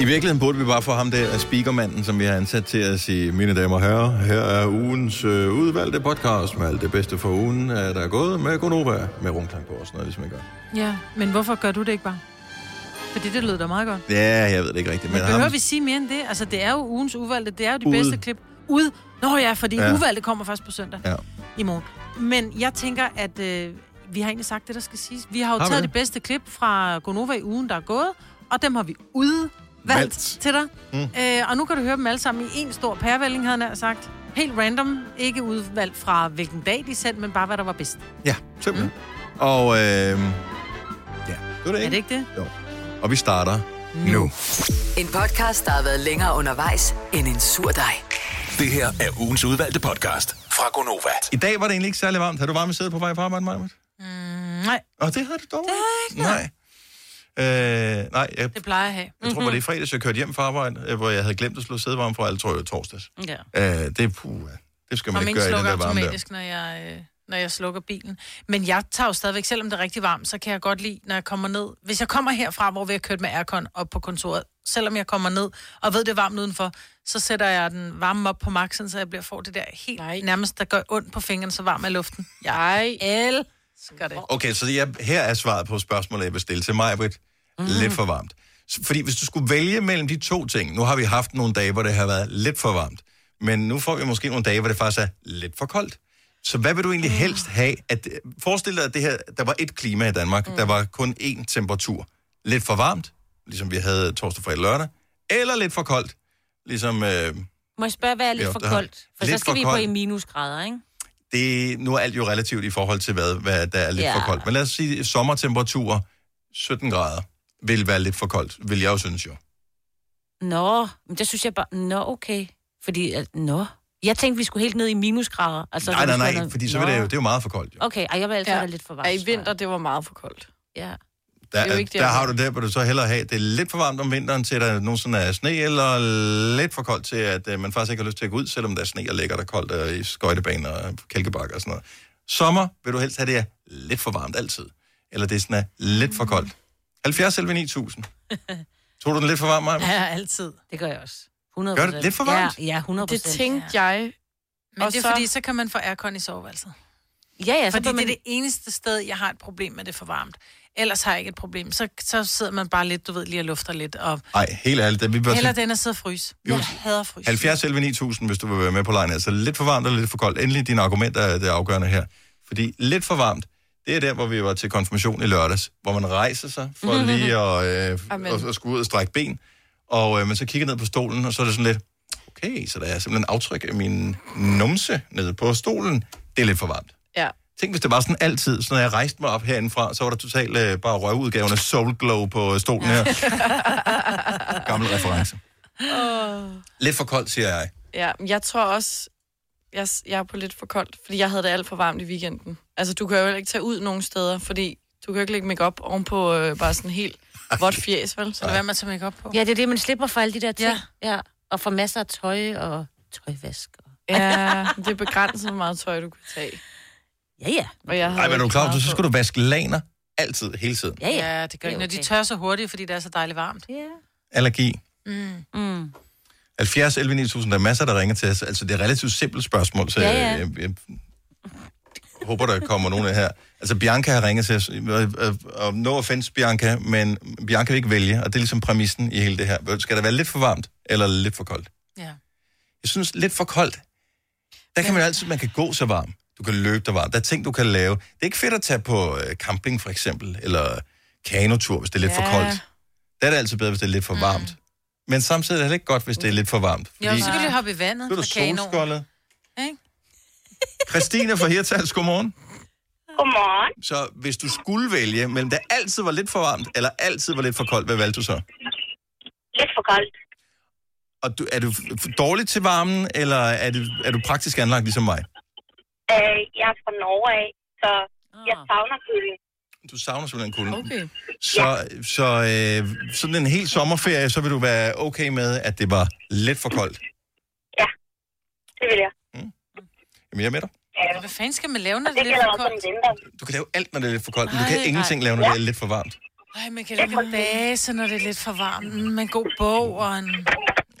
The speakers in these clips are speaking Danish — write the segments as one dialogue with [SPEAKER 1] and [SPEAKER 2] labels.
[SPEAKER 1] I virkeligheden burde vi bare få ham der, speakermanden, som vi har ansat til at sige, mine damer og herrer, her er ugens øh, udvalgte podcast med alt det bedste for ugen, øh, der er gået med Gonova, med rumklang på og sådan noget, ligesom jeg gør.
[SPEAKER 2] Ja, men hvorfor gør du det ikke bare? Fordi det lød da meget godt.
[SPEAKER 1] Ja, jeg ved det ikke rigtigt, men,
[SPEAKER 2] Men behøver vi sige mere end det? Altså, det er jo ugens udvalgte. Det er jo de
[SPEAKER 1] Ude.
[SPEAKER 2] bedste klip. Ud. Nå ja, fordi
[SPEAKER 1] Ja.
[SPEAKER 2] ja. udvalgte kommer først på søndag
[SPEAKER 1] Ja.
[SPEAKER 2] i morgen. Men jeg tænker, at øh, vi har egentlig sagt det, der skal siges. Vi har jo
[SPEAKER 1] Har vi
[SPEAKER 2] taget
[SPEAKER 1] det?
[SPEAKER 2] det bedste klip fra Gonova i ugen, der er gået, og dem har vi udvalgt
[SPEAKER 1] Valgt.
[SPEAKER 2] Valgt. til dig. Mm. Øh, og nu kan du høre dem alle sammen i en stor pærevælling, havde jeg nær sagt. Helt random. Ikke udvalgt fra hvilken dag de sendte, men bare hvad der var bedst.
[SPEAKER 1] Ja, simpelthen. Mm. Og øh, ja, det var det ikke.
[SPEAKER 2] Er det ikke det?
[SPEAKER 1] Jo. Og vi starter nu. nu.
[SPEAKER 3] En podcast, der har været længere undervejs end en sur dej.
[SPEAKER 4] Det her er ugens udvalgte podcast fra Gonova.
[SPEAKER 1] I dag var det egentlig ikke særlig varmt. Har du varme sæde på vej på arbejde, Maja?
[SPEAKER 2] Nej,
[SPEAKER 1] Og det har du dog. Det
[SPEAKER 2] har
[SPEAKER 1] jeg ikke. Nej. Øh, nej, jeg,
[SPEAKER 2] det plejer Mhm. jeg at have.
[SPEAKER 1] jeg tror, var det i fredags, jeg kørte hjem fra arbejde, øh, hvor jeg havde glemt at slå sædevarme for alle, tror jeg, torsdags.
[SPEAKER 2] Mhm. Ja.
[SPEAKER 1] Øh, det, puh, det skal man
[SPEAKER 2] Og
[SPEAKER 1] ikke
[SPEAKER 2] min
[SPEAKER 1] gøre i den
[SPEAKER 2] slukker
[SPEAKER 1] der varme der.
[SPEAKER 2] automatisk, når jeg, øh, når jeg slukker bilen. Men jeg tager jo stadigvæk, selvom det er rigtig varmt, så kan jeg godt lide, når jeg kommer ned. Hvis jeg kommer herfra, hvor vi har kørt med aircon op på kontoret, selvom jeg kommer ned og ved, det er varmt udenfor, så sætter jeg den varme op på maxen, så jeg bliver får det der helt Nej. nærmest, der gør ondt på fingeren, så varm er luften. Jeg elsker det.
[SPEAKER 1] Okay, så jeg, her er svaret på spørgsmålet, jeg vil stille til mig, Britt. Mm. Lidt for varmt. S- Fordi hvis du skulle vælge mellem de to ting, nu har vi haft nogle dage, hvor det har været lidt for varmt, men nu får vi måske nogle dage, hvor det faktisk er lidt for koldt. Så hvad vil du egentlig helst have? At, øh, forestil dig, at det her, der var et klima i Danmark, mm. der var kun én temperatur. Lidt for varmt, ligesom vi havde torsdag, fredag, lørdag, eller lidt for koldt, ligesom... Øh,
[SPEAKER 5] Må jeg spørge, hvad er lidt
[SPEAKER 1] Jo,
[SPEAKER 5] for
[SPEAKER 1] det har-
[SPEAKER 5] koldt? For
[SPEAKER 1] Lidt
[SPEAKER 5] så skal
[SPEAKER 1] for
[SPEAKER 5] vi på
[SPEAKER 1] koldt.
[SPEAKER 5] i minusgrader, ikke?
[SPEAKER 1] det, nu er alt jo relativt i forhold til, hvad, hvad der er lidt ja.
[SPEAKER 5] Ja.
[SPEAKER 1] for koldt. Men lad os sige, sommertemperaturer, 17 grader, vil være lidt for koldt, vil jeg jo synes jo.
[SPEAKER 5] Nå, men der synes jeg bare, nå okay. Fordi, at, nå. Jeg tænkte, vi skulle helt ned i minusgrader. Altså,
[SPEAKER 1] Nej,
[SPEAKER 5] der
[SPEAKER 1] nej,
[SPEAKER 5] skulle være
[SPEAKER 1] nej,
[SPEAKER 5] noget-
[SPEAKER 1] fordi så vil det jo,
[SPEAKER 5] Nå.
[SPEAKER 1] det er jo meget for koldt. Jo.
[SPEAKER 5] Okay, ej, jeg vil altid ja.
[SPEAKER 6] Ja.
[SPEAKER 5] have lidt for varmt.
[SPEAKER 6] Ja, i
[SPEAKER 5] tror jeg.
[SPEAKER 6] vinter, det var meget for koldt.
[SPEAKER 5] Ja.
[SPEAKER 1] Der,
[SPEAKER 6] det er jo
[SPEAKER 1] er,
[SPEAKER 6] ikke det,
[SPEAKER 1] der
[SPEAKER 6] jeg
[SPEAKER 1] har
[SPEAKER 6] har.
[SPEAKER 1] du det, hvor du så hellere have, det er lidt for varmt om vinteren til, at der nogensinde er sne, eller lidt for koldt til, at øh, man faktisk ikke har lyst til at gå ud, selvom der er sne og lækkert og koldt og i skøjtebaner og på kælkebakker og sådan noget. Sommer vil du helst have, det er lidt for varmt altid. Eller det er sådan er lidt for koldt. 70 selv 9000. Tror du den er lidt for varm, Maja?
[SPEAKER 2] Ja, altid.
[SPEAKER 5] Det gør jeg også. 100
[SPEAKER 1] Gør det lidt for varmt?
[SPEAKER 5] Ja, ja 100
[SPEAKER 6] Det tænkte jeg.
[SPEAKER 2] Men
[SPEAKER 6] Og
[SPEAKER 2] det er
[SPEAKER 6] så-
[SPEAKER 2] fordi, så kan man få aircon i soveværelset.
[SPEAKER 5] Ja, ja, så
[SPEAKER 2] Fordi
[SPEAKER 5] bliver
[SPEAKER 2] det
[SPEAKER 5] man...
[SPEAKER 2] er det eneste sted, jeg har et problem med, at det er for varmt. Ellers har jeg ikke et problem. Så, så sidder man bare lidt, du ved, lige og lufter lidt. Og
[SPEAKER 1] Nej, helt ærligt. da Vi var
[SPEAKER 2] Heller
[SPEAKER 1] til
[SPEAKER 2] den at sidde og fryse. Jeg hader fryse.
[SPEAKER 1] 70 11 9000, hvis du vil være med på lejen. Altså lidt for varmt eller lidt for koldt. Endelig dine argumenter er det afgørende her. Fordi lidt for varmt, det er der, hvor vi var til konfirmation i lørdags, hvor man rejser sig for lige at, øh,
[SPEAKER 6] Amen.
[SPEAKER 1] og, og skulle ud og strække ben. Og øh, man så kigger ned på stolen, og så er det sådan lidt, okay, så der er simpelthen aftryk af min numse nede på stolen. Det er lidt for varmt.
[SPEAKER 6] Ja.
[SPEAKER 1] Tænk, hvis det var sådan altid, så når jeg rejste mig op herindefra, så var der totalt øh, bare røvudgaven af Soul Glow på øh, stolen her. Gammel reference. Lidt for koldt, siger jeg.
[SPEAKER 6] Ja, men jeg tror også, jeg, s- jeg er på lidt for koldt, fordi jeg havde det alt for varmt i weekenden. Altså, du kan jo heller ikke tage ud nogen steder, fordi du kan jo ikke lægge makeup ovenpå øh, bare sådan helt vådt fjes, vel?
[SPEAKER 2] Så det er man tager make op på.
[SPEAKER 5] Ja, det er det, man slipper for alle de der ting.
[SPEAKER 2] Ja.
[SPEAKER 5] Ja. ja. Og for masser af tøj og tøjvask. Og...
[SPEAKER 6] Ja, men det er begrænset, hvor meget tøj, du kan tage.
[SPEAKER 5] Ja, ja.
[SPEAKER 6] Og jeg havde
[SPEAKER 1] Nej, men er du
[SPEAKER 6] ikke
[SPEAKER 1] klar, over,
[SPEAKER 6] meget
[SPEAKER 1] så
[SPEAKER 6] på.
[SPEAKER 1] skal du vaske laner altid, hele tiden.
[SPEAKER 5] Ja, ja.
[SPEAKER 2] ja det
[SPEAKER 5] Det er
[SPEAKER 2] gør ikke noget. De
[SPEAKER 5] okay.
[SPEAKER 2] tør så hurtigt, fordi det er så dejligt varmt.
[SPEAKER 5] ja.
[SPEAKER 1] Allergi.
[SPEAKER 5] Mm.
[SPEAKER 1] 70, 11, 9000, der er masser, der ringer til os. Altså, det er et relativt simpelt spørgsmål, så
[SPEAKER 5] Ja,
[SPEAKER 1] ja,
[SPEAKER 5] ja.
[SPEAKER 1] ja. Jeg, jeg, håber, der kommer nogen af her. Altså, Bianca har ringet til os. Og- og- Og no offense, Bianca, men Bianca vil ikke vælge, og det er ligesom præmissen i hele det her. Øh, Skal det være lidt for varmt, eller lidt for koldt?
[SPEAKER 2] Ja.
[SPEAKER 1] Jeg synes, lidt for koldt. Der kan man jo altid, man kan gå så varm. Du kan løbe dig varm. Der er ting, du kan lave. Det er ikke fedt at tage på øh, camping, for eksempel, eller kanotur, hvis det er lidt ja. for
[SPEAKER 6] Ja.
[SPEAKER 1] koldt. Der er det altid bedre, hvis det er lidt for varmt. Men samtidig er det heller ikke godt, hvis det er lidt for varmt. Fordi
[SPEAKER 2] Jo, så
[SPEAKER 1] så
[SPEAKER 2] kan du hoppe i vandet
[SPEAKER 1] er du
[SPEAKER 2] fra kanoen.
[SPEAKER 1] solskoldet.
[SPEAKER 2] Ikke?
[SPEAKER 1] Christine fra Hirtals, godmorgen.
[SPEAKER 7] Godmorgen.
[SPEAKER 1] Så hvis du skulle vælge, mellem det altid var lidt for varmt, eller altid var lidt for koldt, hvad valgte du så?
[SPEAKER 7] Lidt for koldt.
[SPEAKER 1] Og du, er du f- dårlig til varmen, eller er du, er du praktisk anlagt ligesom mig?
[SPEAKER 7] Øh, jeg er fra Norge af, så jeg
[SPEAKER 5] Ah.
[SPEAKER 7] savner kulden.
[SPEAKER 1] Du savner simpelthen
[SPEAKER 2] Oh,
[SPEAKER 1] kulden.
[SPEAKER 6] Okay.
[SPEAKER 1] Så, så øh, sådan en hel sommerferie, så vil du være okay med, at det var lidt for koldt.
[SPEAKER 7] Det vil jeg.
[SPEAKER 1] Jamen, jeg er med dig.
[SPEAKER 2] Men Hvad fanden skal man lave, når
[SPEAKER 7] Og
[SPEAKER 2] det
[SPEAKER 7] det
[SPEAKER 2] er lidt
[SPEAKER 7] gælder
[SPEAKER 2] for
[SPEAKER 7] også om
[SPEAKER 2] koldt?
[SPEAKER 7] vinteren.
[SPEAKER 1] Du kan lave alt, når det er lidt for koldt, men du
[SPEAKER 2] Nej,
[SPEAKER 1] kan
[SPEAKER 2] nej.
[SPEAKER 1] ingenting lave, når det er lidt for varmt.
[SPEAKER 2] Ej, man kan lægge en base, når det er lidt for varmt. Mm, Med en god bog og en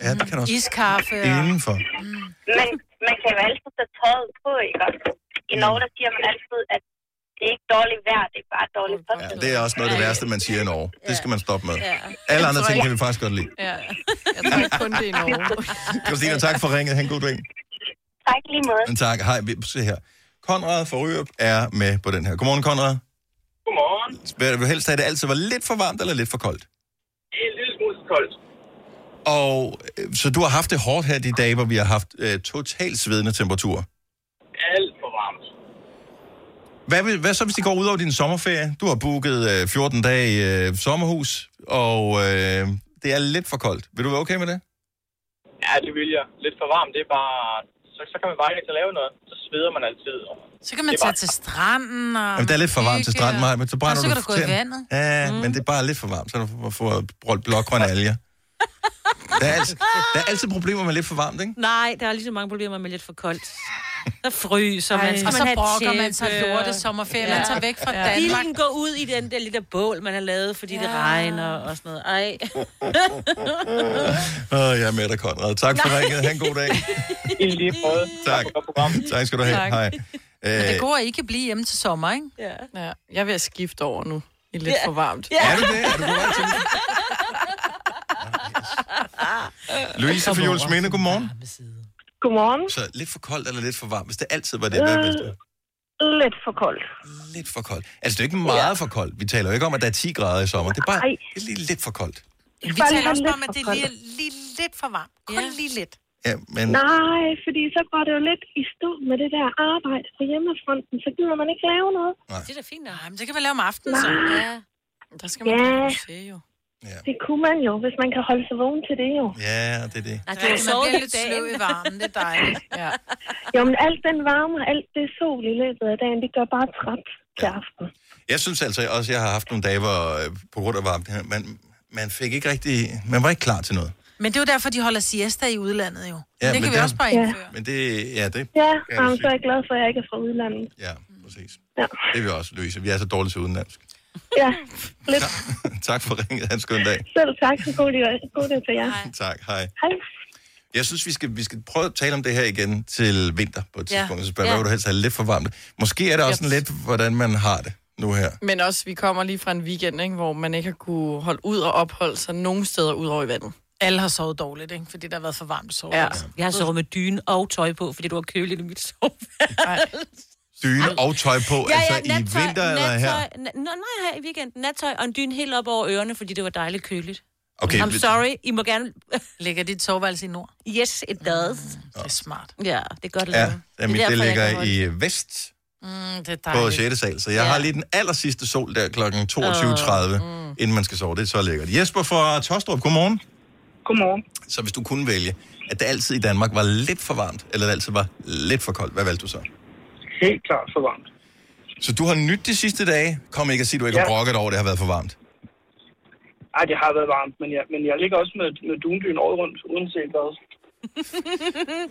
[SPEAKER 1] Ja, det kan også.
[SPEAKER 2] iskaffe. Og...
[SPEAKER 1] Indenfor.
[SPEAKER 8] Men man kan jo altid tage tøjet på, ikke? også?
[SPEAKER 1] Mm.
[SPEAKER 8] I Norge, der siger man altid, at det er ikke dårligt vejr, det er bare dårligt
[SPEAKER 1] Ja,
[SPEAKER 8] påskud.
[SPEAKER 1] det er også noget af det værste, man siger i Norge. Det skal man stoppe med. Alle andre ting kan vi faktisk godt lide.
[SPEAKER 6] Ja, jeg tror ikke kun det er i Norge.
[SPEAKER 1] Christina, tak for ringet. Han god dag.
[SPEAKER 8] Tak i lige måde.
[SPEAKER 1] Men tak. Hej, vi se her. Konrad fra Rørup er med på den her. Godmorgen, Konrad.
[SPEAKER 9] Godmorgen.
[SPEAKER 1] Hvad vil du helst have, det altid var lidt for varmt eller lidt for koldt?
[SPEAKER 9] Det er en lille smule koldt.
[SPEAKER 1] Og øh, så du har haft det hårdt her de dage, hvor vi har haft øh, totalt svedende temperaturer.
[SPEAKER 9] Alt for varmt.
[SPEAKER 1] Hvad, vil- hvad så, hvis de går ud over din sommerferie? Du har booket øh, 14 dage i øh, sommerhus, og øh, det er lidt for koldt. Vil du være okay med det?
[SPEAKER 9] Ja, det vil jeg. Lidt for varmt, det er bare... Så, så kan man bare ikke til at lave noget. Så sveder man altid. Og...
[SPEAKER 2] Så kan man tage til stranden og...
[SPEAKER 1] Jamen, det er lidt for varmt til
[SPEAKER 2] hygge,
[SPEAKER 1] stranden,
[SPEAKER 2] og-
[SPEAKER 1] Maja, men så
[SPEAKER 2] Og
[SPEAKER 1] brænder
[SPEAKER 2] så
[SPEAKER 1] du
[SPEAKER 2] kan du gå i
[SPEAKER 1] tænder.
[SPEAKER 2] vandet.
[SPEAKER 1] Ja, mm. men det er bare lidt for varmt, så du får brugt blågrønne alger. Der er, altid, der er altid problemer med lidt for varmt, ikke?
[SPEAKER 5] Nej, der er lige så mange problemer med lidt for koldt. Der fryser man.
[SPEAKER 2] Og så
[SPEAKER 5] man have
[SPEAKER 2] brokker
[SPEAKER 5] tæppe,
[SPEAKER 2] man sig lorte sommerferie.
[SPEAKER 5] Ja.
[SPEAKER 2] Man tager væk fra
[SPEAKER 5] og
[SPEAKER 2] Danmark.
[SPEAKER 5] Bilen går ud i den der lille bål, man har lavet, fordi ja. det regner og sådan noget. Ej.
[SPEAKER 1] Åh, jeg er med dig, Konrad. Tak for ringet. Ha' en god dag.
[SPEAKER 9] I lige måde.
[SPEAKER 1] Tak.
[SPEAKER 9] for programmet.
[SPEAKER 1] Tak skal du have.
[SPEAKER 6] Tak.
[SPEAKER 1] Hej.
[SPEAKER 2] Det
[SPEAKER 1] Øh,
[SPEAKER 2] går ikke at blive hjemme til sommer, ikke?
[SPEAKER 5] Ja.
[SPEAKER 6] Ja, jeg vil skifte over nu. I lidt for varmt.
[SPEAKER 1] er du det? Er du på vej til det? Yes. Louise fra Jules Minde, godmorgen.
[SPEAKER 8] Mm.
[SPEAKER 10] Godmorgen.
[SPEAKER 1] Så lidt for koldt eller lidt for varmt, hvis det altid var det. Hvad vil du?
[SPEAKER 10] Lidt for koldt.
[SPEAKER 1] Lidt for koldt. Altså, det er jo ikke meget for koldt. Vi taler jo ikke om, at der er 10 grader i sommer. Det er bare
[SPEAKER 10] Ej.
[SPEAKER 1] det er lige lidt for koldt.
[SPEAKER 2] Vi
[SPEAKER 10] Bare
[SPEAKER 2] taler
[SPEAKER 10] lige
[SPEAKER 2] også
[SPEAKER 10] lidt
[SPEAKER 2] bare om, at
[SPEAKER 10] for
[SPEAKER 2] det er
[SPEAKER 10] koldt.
[SPEAKER 2] lige, lige lidt for varmt. Kun lige lidt.
[SPEAKER 1] Ja, men...
[SPEAKER 10] Nej, fordi så går det jo lidt i stå med det der arbejde på hjemmefronten, så gider man ikke lave noget.
[SPEAKER 5] Det er da fint nok.
[SPEAKER 2] Nej, men det kan vi lave om aftenen, så.
[SPEAKER 5] Ja.
[SPEAKER 6] Der skal man
[SPEAKER 10] Ja.
[SPEAKER 6] yeah. se jo.
[SPEAKER 10] Det kunne man jo, hvis man kan holde sig vågen til det jo.
[SPEAKER 1] Ja, det er det.
[SPEAKER 5] Nej, det
[SPEAKER 2] Ja,
[SPEAKER 5] er jo
[SPEAKER 2] man
[SPEAKER 5] sovet
[SPEAKER 2] bliver
[SPEAKER 5] hele
[SPEAKER 2] lidt sløv i
[SPEAKER 5] dagen.
[SPEAKER 2] varmen, det er dejligt.
[SPEAKER 6] Ja.
[SPEAKER 10] Jo, men alt den varme og alt det sol i løbet af dagen, det gør bare træt til aften.
[SPEAKER 1] Jeg synes altså også, jeg har haft nogle dage, hvor øh, på grund af varmt, her, man, man fik ikke rigtig, man var ikke klar til noget.
[SPEAKER 2] Men det er jo derfor, de holder siesta i udlandet jo. Ja, det
[SPEAKER 1] men
[SPEAKER 2] kan vi
[SPEAKER 1] der-
[SPEAKER 2] også bare
[SPEAKER 10] Ja.
[SPEAKER 2] indføre.
[SPEAKER 1] Men det, ja, det,
[SPEAKER 10] Ja,
[SPEAKER 1] Ja,
[SPEAKER 10] og
[SPEAKER 1] det er
[SPEAKER 10] så er jeg glad for, at jeg ikke er fra udlandet.
[SPEAKER 1] ja, præcis.
[SPEAKER 10] Ja,
[SPEAKER 1] Det er vi også, Louise. Vi er så dårlige til udenlandsk.
[SPEAKER 10] ja. lidt.
[SPEAKER 1] tak for ringet. Ha' en skøn dag.
[SPEAKER 10] Selv tak, så god dag, god dag til jer.
[SPEAKER 1] Tak, hej.
[SPEAKER 10] Hej.
[SPEAKER 1] Jeg synes, vi skal, vi skal prøve at tale om det her igen til vinter på et
[SPEAKER 5] Ja.
[SPEAKER 1] tidspunkt. Så spørger,
[SPEAKER 5] Ja.
[SPEAKER 1] hvad vil du helst have lidt for varmt? Måske er det også sådan lidt, hvordan man har det nu her.
[SPEAKER 6] Men også, vi kommer lige fra en weekend, ikke, hvor man ikke har kunne holde ud og opholde sig nogen steder ud over i vandet.
[SPEAKER 2] Alle har sovet dårligt, ikke? Fordi der har været for varmt at sove.
[SPEAKER 6] Ja.
[SPEAKER 5] Jeg har sovet med dyne og tøj på, fordi du har køligt i mit soveværelse.
[SPEAKER 1] Dyne og tøj på, altså i vinter eller her.
[SPEAKER 5] Na, nå, nej, her i weekenden. Nattøj og en dyne helt op over ørerne, fordi det var dejligt køligt.
[SPEAKER 1] Okay,
[SPEAKER 5] I'm sorry, I må gerne...
[SPEAKER 2] Ligger dit soveværelse i nord? Mm,
[SPEAKER 5] yes, it does.
[SPEAKER 2] Det er smart.
[SPEAKER 5] Ja, det er godt
[SPEAKER 1] Ja,
[SPEAKER 5] lavet.
[SPEAKER 1] det, mit, det
[SPEAKER 5] jeg kan
[SPEAKER 1] ligger
[SPEAKER 5] holde-
[SPEAKER 1] i vest
[SPEAKER 2] Mm, det er
[SPEAKER 1] på
[SPEAKER 2] dejligt.
[SPEAKER 1] 6. sal, så jeg har lige den aller sidste sol der kl. 22.30, inden man skal sove. Det er så lækkert. Jesper fra Tostrup, godmorgen.
[SPEAKER 9] Godmorgen.
[SPEAKER 1] Så hvis du kunne vælge, at det altid i Danmark var lidt for varmt, eller det altid var lidt for koldt, hvad valgte du så?
[SPEAKER 9] Helt klart for varmt.
[SPEAKER 1] Så du har nyt de sidste dage. Kom ikke og sige, at du ikke har
[SPEAKER 9] Ja.
[SPEAKER 1] brokket over, at det har været for varmt.
[SPEAKER 9] Ej, det har været varmt, men jeg, men jeg ligger også med, med dundyn året rundt, uanset hvad.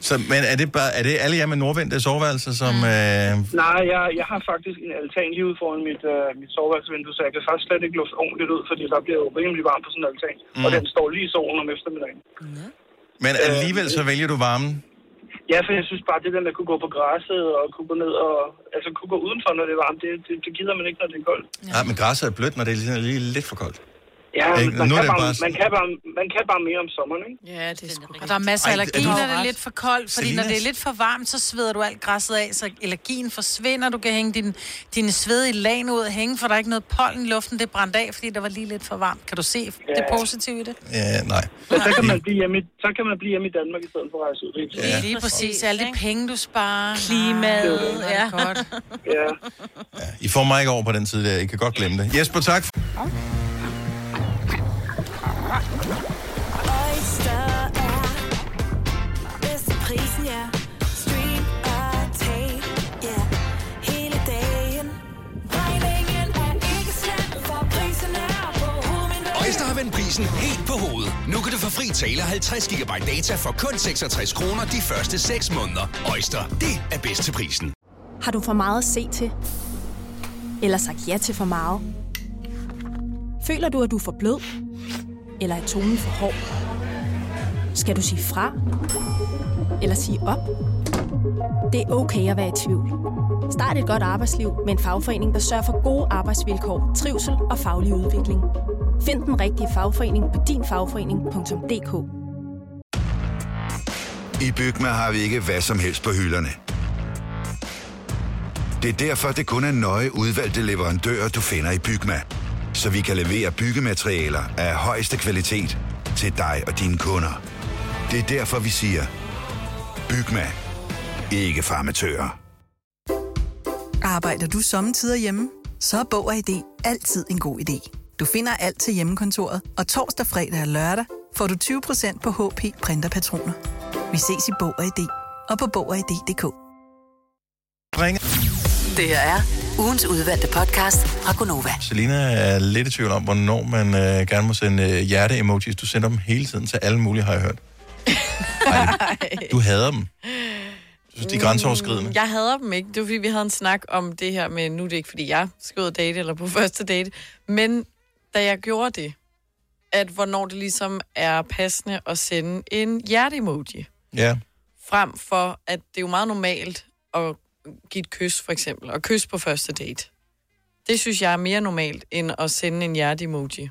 [SPEAKER 1] Så, men er det, bare, er det alle jer med nordvendte soveværelser, som... Øh,
[SPEAKER 9] Nej, jeg, jeg har faktisk en altan lige ude foran mit, øh, mit soveværelsesvindue, så jeg kan faktisk slet ikke lufte ordentligt ud, fordi der bliver jo rimelig varmt på sådan en altan. Mm. Og den står lige i solen om eftermiddagen.
[SPEAKER 1] men
[SPEAKER 9] Øh,
[SPEAKER 1] alligevel så vælger du varmen.
[SPEAKER 9] Ja, for jeg synes bare, det der med at kunne gå på græsset og kunne gå ned og... Altså kunne gå udenfor, når det er varmt, det, det, det gider man ikke, når det er koldt.
[SPEAKER 1] Ja. Nej, men græsset er blødt, når det er lige, lige lidt for koldt.
[SPEAKER 9] Ja,
[SPEAKER 1] Ikke?
[SPEAKER 9] man,
[SPEAKER 1] Nu er
[SPEAKER 9] kan
[SPEAKER 1] det
[SPEAKER 9] bare,
[SPEAKER 1] bare sådan-
[SPEAKER 9] man, kan bare, man kan bare mere om sommeren, ikke?
[SPEAKER 6] Ja, det er sgu
[SPEAKER 2] Og der er masser af
[SPEAKER 1] Ej, er
[SPEAKER 2] allergi,
[SPEAKER 1] du-
[SPEAKER 2] når det er lidt for koldt, fordi når
[SPEAKER 1] Selinas?
[SPEAKER 2] det er lidt for varmt, så sveder du alt græsset af, så allergien forsvinder, du kan hænge din, dine svedige lagen ud og hænge, for der er ikke noget pollen i luften, det er brændt af, fordi der var lige lidt for varmt. Kan du se det positive i det?
[SPEAKER 1] Ja, nej.
[SPEAKER 9] Så, så, kan man blive hjemme, i- så kan man blive hjemme i Danmark i stedet for at rejse ud. Ikke?
[SPEAKER 1] Ja.
[SPEAKER 2] Ja, lige præcis.
[SPEAKER 5] Præcis,
[SPEAKER 2] Alle de
[SPEAKER 5] ikke?
[SPEAKER 2] penge, du sparer.
[SPEAKER 5] Klimaet,
[SPEAKER 2] Nej,
[SPEAKER 5] ja.
[SPEAKER 2] ja. Godt.
[SPEAKER 9] Ja.
[SPEAKER 1] I får mig ikke over på den side der. I kan godt glemme det. Jesper, tak.
[SPEAKER 11] Oyster er bedst til prisen, ja. Stream og tag, ja. Hele dagen. Regningen er ikke slem, for prisen er på hovedet.
[SPEAKER 4] Øjster har vendt prisen helt på hovedet. Nu kan du få fri tale 50 GB data for kun 66 kroner de første 6 måneder. Øjster, det er bedst til prisen.
[SPEAKER 12] Har du for meget at se til? Eller sagt ja til for meget?
[SPEAKER 11] Føler du, at du er for blød? Eller er tonen for hård? Skal du sige fra? Eller sige op? Det er okay at være i tvivl. Start et godt arbejdsliv med en fagforening, der sørger for gode arbejdsvilkår, trivsel og faglig udvikling. Find den rigtige fagforening på dinfagforening.dk
[SPEAKER 13] I Bygma har vi ikke hvad som helst på hylderne. Det er derfor, det kun er nøje udvalgte leverandører, du finder i Bygma. Så vi kan levere byggematerialer af højeste kvalitet til dig og dine kunder. Det er derfor, vi siger, Bygma. Ikke farmatører.
[SPEAKER 3] Arbejder du sommetider hjemme? Så er Bog og ID altid en god idé. Du finder alt til hjemmekontoret, og torsdag, fredag og lørdag får du 20% på HP printerpatroner. Vi ses i Bog og ID og på Bog og ID.dk.
[SPEAKER 14] Det her er ugens udvalgte podcast fra Gonova.
[SPEAKER 1] Selina er lidt i tvivl om, hvornår man øh, gerne må sende øh, hjerte-emojis. Du sender dem hele tiden til alle mulige, har jeg hørt. Ej, du hader dem. Du synes, de er grænseoverskridende.
[SPEAKER 6] Mm, Jeg hader dem ikke. Det var, fordi vi havde en snak om det her med, nu er det ikke, fordi jeg skal ud og date eller på første date, men da jeg gjorde det, at hvornår det ligesom er passende at sende en hjerte-emoji,
[SPEAKER 1] Ja.
[SPEAKER 6] frem for, at det er jo meget normalt at give et kys, for eksempel, og kys på første date. Det synes jeg er mere normalt, end at sende en hjerte-emoji.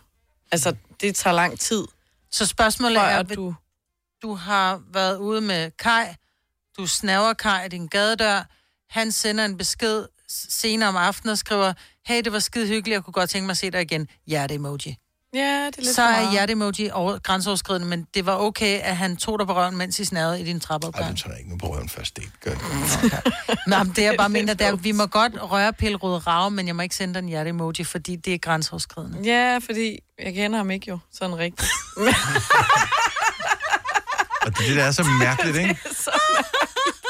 [SPEAKER 6] Altså, det tager lang tid.
[SPEAKER 2] Så spørgsmålet
[SPEAKER 6] er,
[SPEAKER 2] er,
[SPEAKER 6] at du...
[SPEAKER 2] Du har været ude med Kai, du snaver Kai i din gadedør, han sender en besked s- senere om aftenen og skriver, hey, det var skide hyggeligt, jeg kunne godt tænke mig at se dig igen. Hjerte-emoji.
[SPEAKER 6] Ja, det er lidt
[SPEAKER 2] så
[SPEAKER 6] for
[SPEAKER 2] er
[SPEAKER 6] meget.
[SPEAKER 2] hjerte-emoji over, grænseoverskridende, men det var okay, at han tog dig på røven, mens I snavede i din trappeopgang. Ej, du
[SPEAKER 1] tager ikke nu på røven først, det gør
[SPEAKER 2] Nå, men det jeg bare mener, det er, at vi må godt røre pillerød rave, men jeg må ikke sende dig en hjerte-emoji, fordi det er grænseoverskridende.
[SPEAKER 6] Ja, fordi jeg kender ham ikke jo, sådan rigtigt.
[SPEAKER 1] Og det, er det der er så mærkeligt, ikke?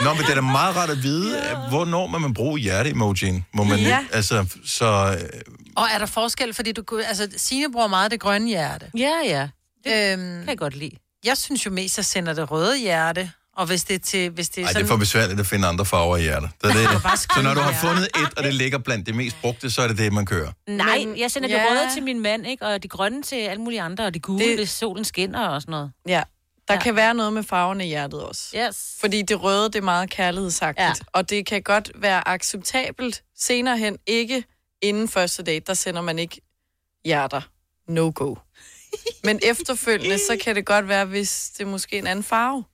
[SPEAKER 1] Nå, men det er da meget rart at vide, ja. hvornår må man bruge hjerte-emojien? Må man,
[SPEAKER 2] Ja.
[SPEAKER 1] altså, så, øh,
[SPEAKER 2] Og er der forskel, fordi du kunne- altså Signe bruger meget det grønne hjerte.
[SPEAKER 5] Ja, ja.
[SPEAKER 2] Det øhm, kan jeg
[SPEAKER 5] godt lide.
[SPEAKER 2] Jeg synes jo mest, at sender det røde hjerte, og hvis det er til... Hvis det er
[SPEAKER 1] ej, det
[SPEAKER 2] sådan,
[SPEAKER 1] er for besværligt at finde andre farver i hjertet. Det er
[SPEAKER 2] Du kan bare
[SPEAKER 1] det. Så
[SPEAKER 2] skrive
[SPEAKER 1] når du har
[SPEAKER 2] hjerte.
[SPEAKER 1] fundet et, og det ligger blandt det mest brugte, så er det det, man kører.
[SPEAKER 5] øh, Nej,
[SPEAKER 6] Men-
[SPEAKER 5] men, jeg sender ja.
[SPEAKER 6] ja.
[SPEAKER 5] de røde til min mand, ikke? Og de grønne til alle mulige andre, og de gule, det... hvis solen skinner og sådan noget.
[SPEAKER 6] Ja, der ja. kan være noget med farverne i hjertet også.
[SPEAKER 5] Yes.
[SPEAKER 6] Fordi det røde, det er meget kærlighedsagtigt. Ja. Og det kan godt være acceptabelt senere hen. Ikke inden første date, der sender man ikke hjerter. No-go. Men efterfølgende, så kan det godt være, hvis det er måske en anden farve.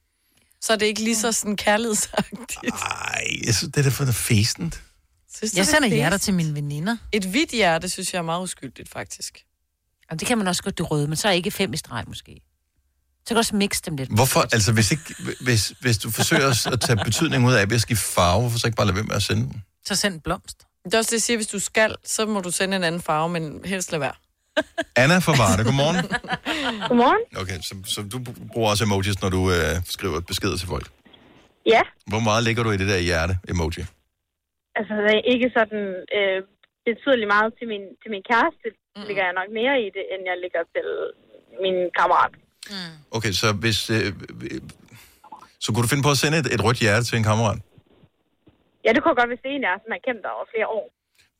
[SPEAKER 6] Så er det ikke lige så sådan kærlighedsagtigt.
[SPEAKER 1] Ej, jeg synes, det er da for noget fæsent.
[SPEAKER 2] Jeg sender hjerter til mine veninder.
[SPEAKER 6] Et hvidt hjerte, synes jeg er meget uskyldigt, faktisk.
[SPEAKER 5] Og det kan man også godt det røde, men så er ikke fem i streg måske. Så kan du også mixe dem lidt.
[SPEAKER 1] Hvorfor? Altså, hvis, ikke, hvis, hvis du forsøger at- at tage betydning ud af, at jeg skifte farve, hvorfor så ikke bare lade være med at sende den?
[SPEAKER 2] Så send blomst.
[SPEAKER 6] Det er også det, jeg siger, hvis du skal, så må du sende en anden farve, men helst lade være.
[SPEAKER 1] Anna fra Varde, godmorgen.
[SPEAKER 10] Godmorgen.
[SPEAKER 1] Okay, så, så du bruger også emojis, når du øh, skriver beskeder til folk.
[SPEAKER 10] Ja,
[SPEAKER 1] Hvor meget ligger du i det der hjerte-emoji?
[SPEAKER 10] altså det er ikke sådan øh, betydeligt meget til min, til min kæreste. Mm. ligger jeg nok mere i det, end jeg ligger til min kammerat.
[SPEAKER 1] Okay, så hvis... Øh, øh, så kunne du finde på at sende et, et rødt hjerte til en kammerat?
[SPEAKER 10] Ja, det kunne godt, hvis det en er, som er kendt over flere år.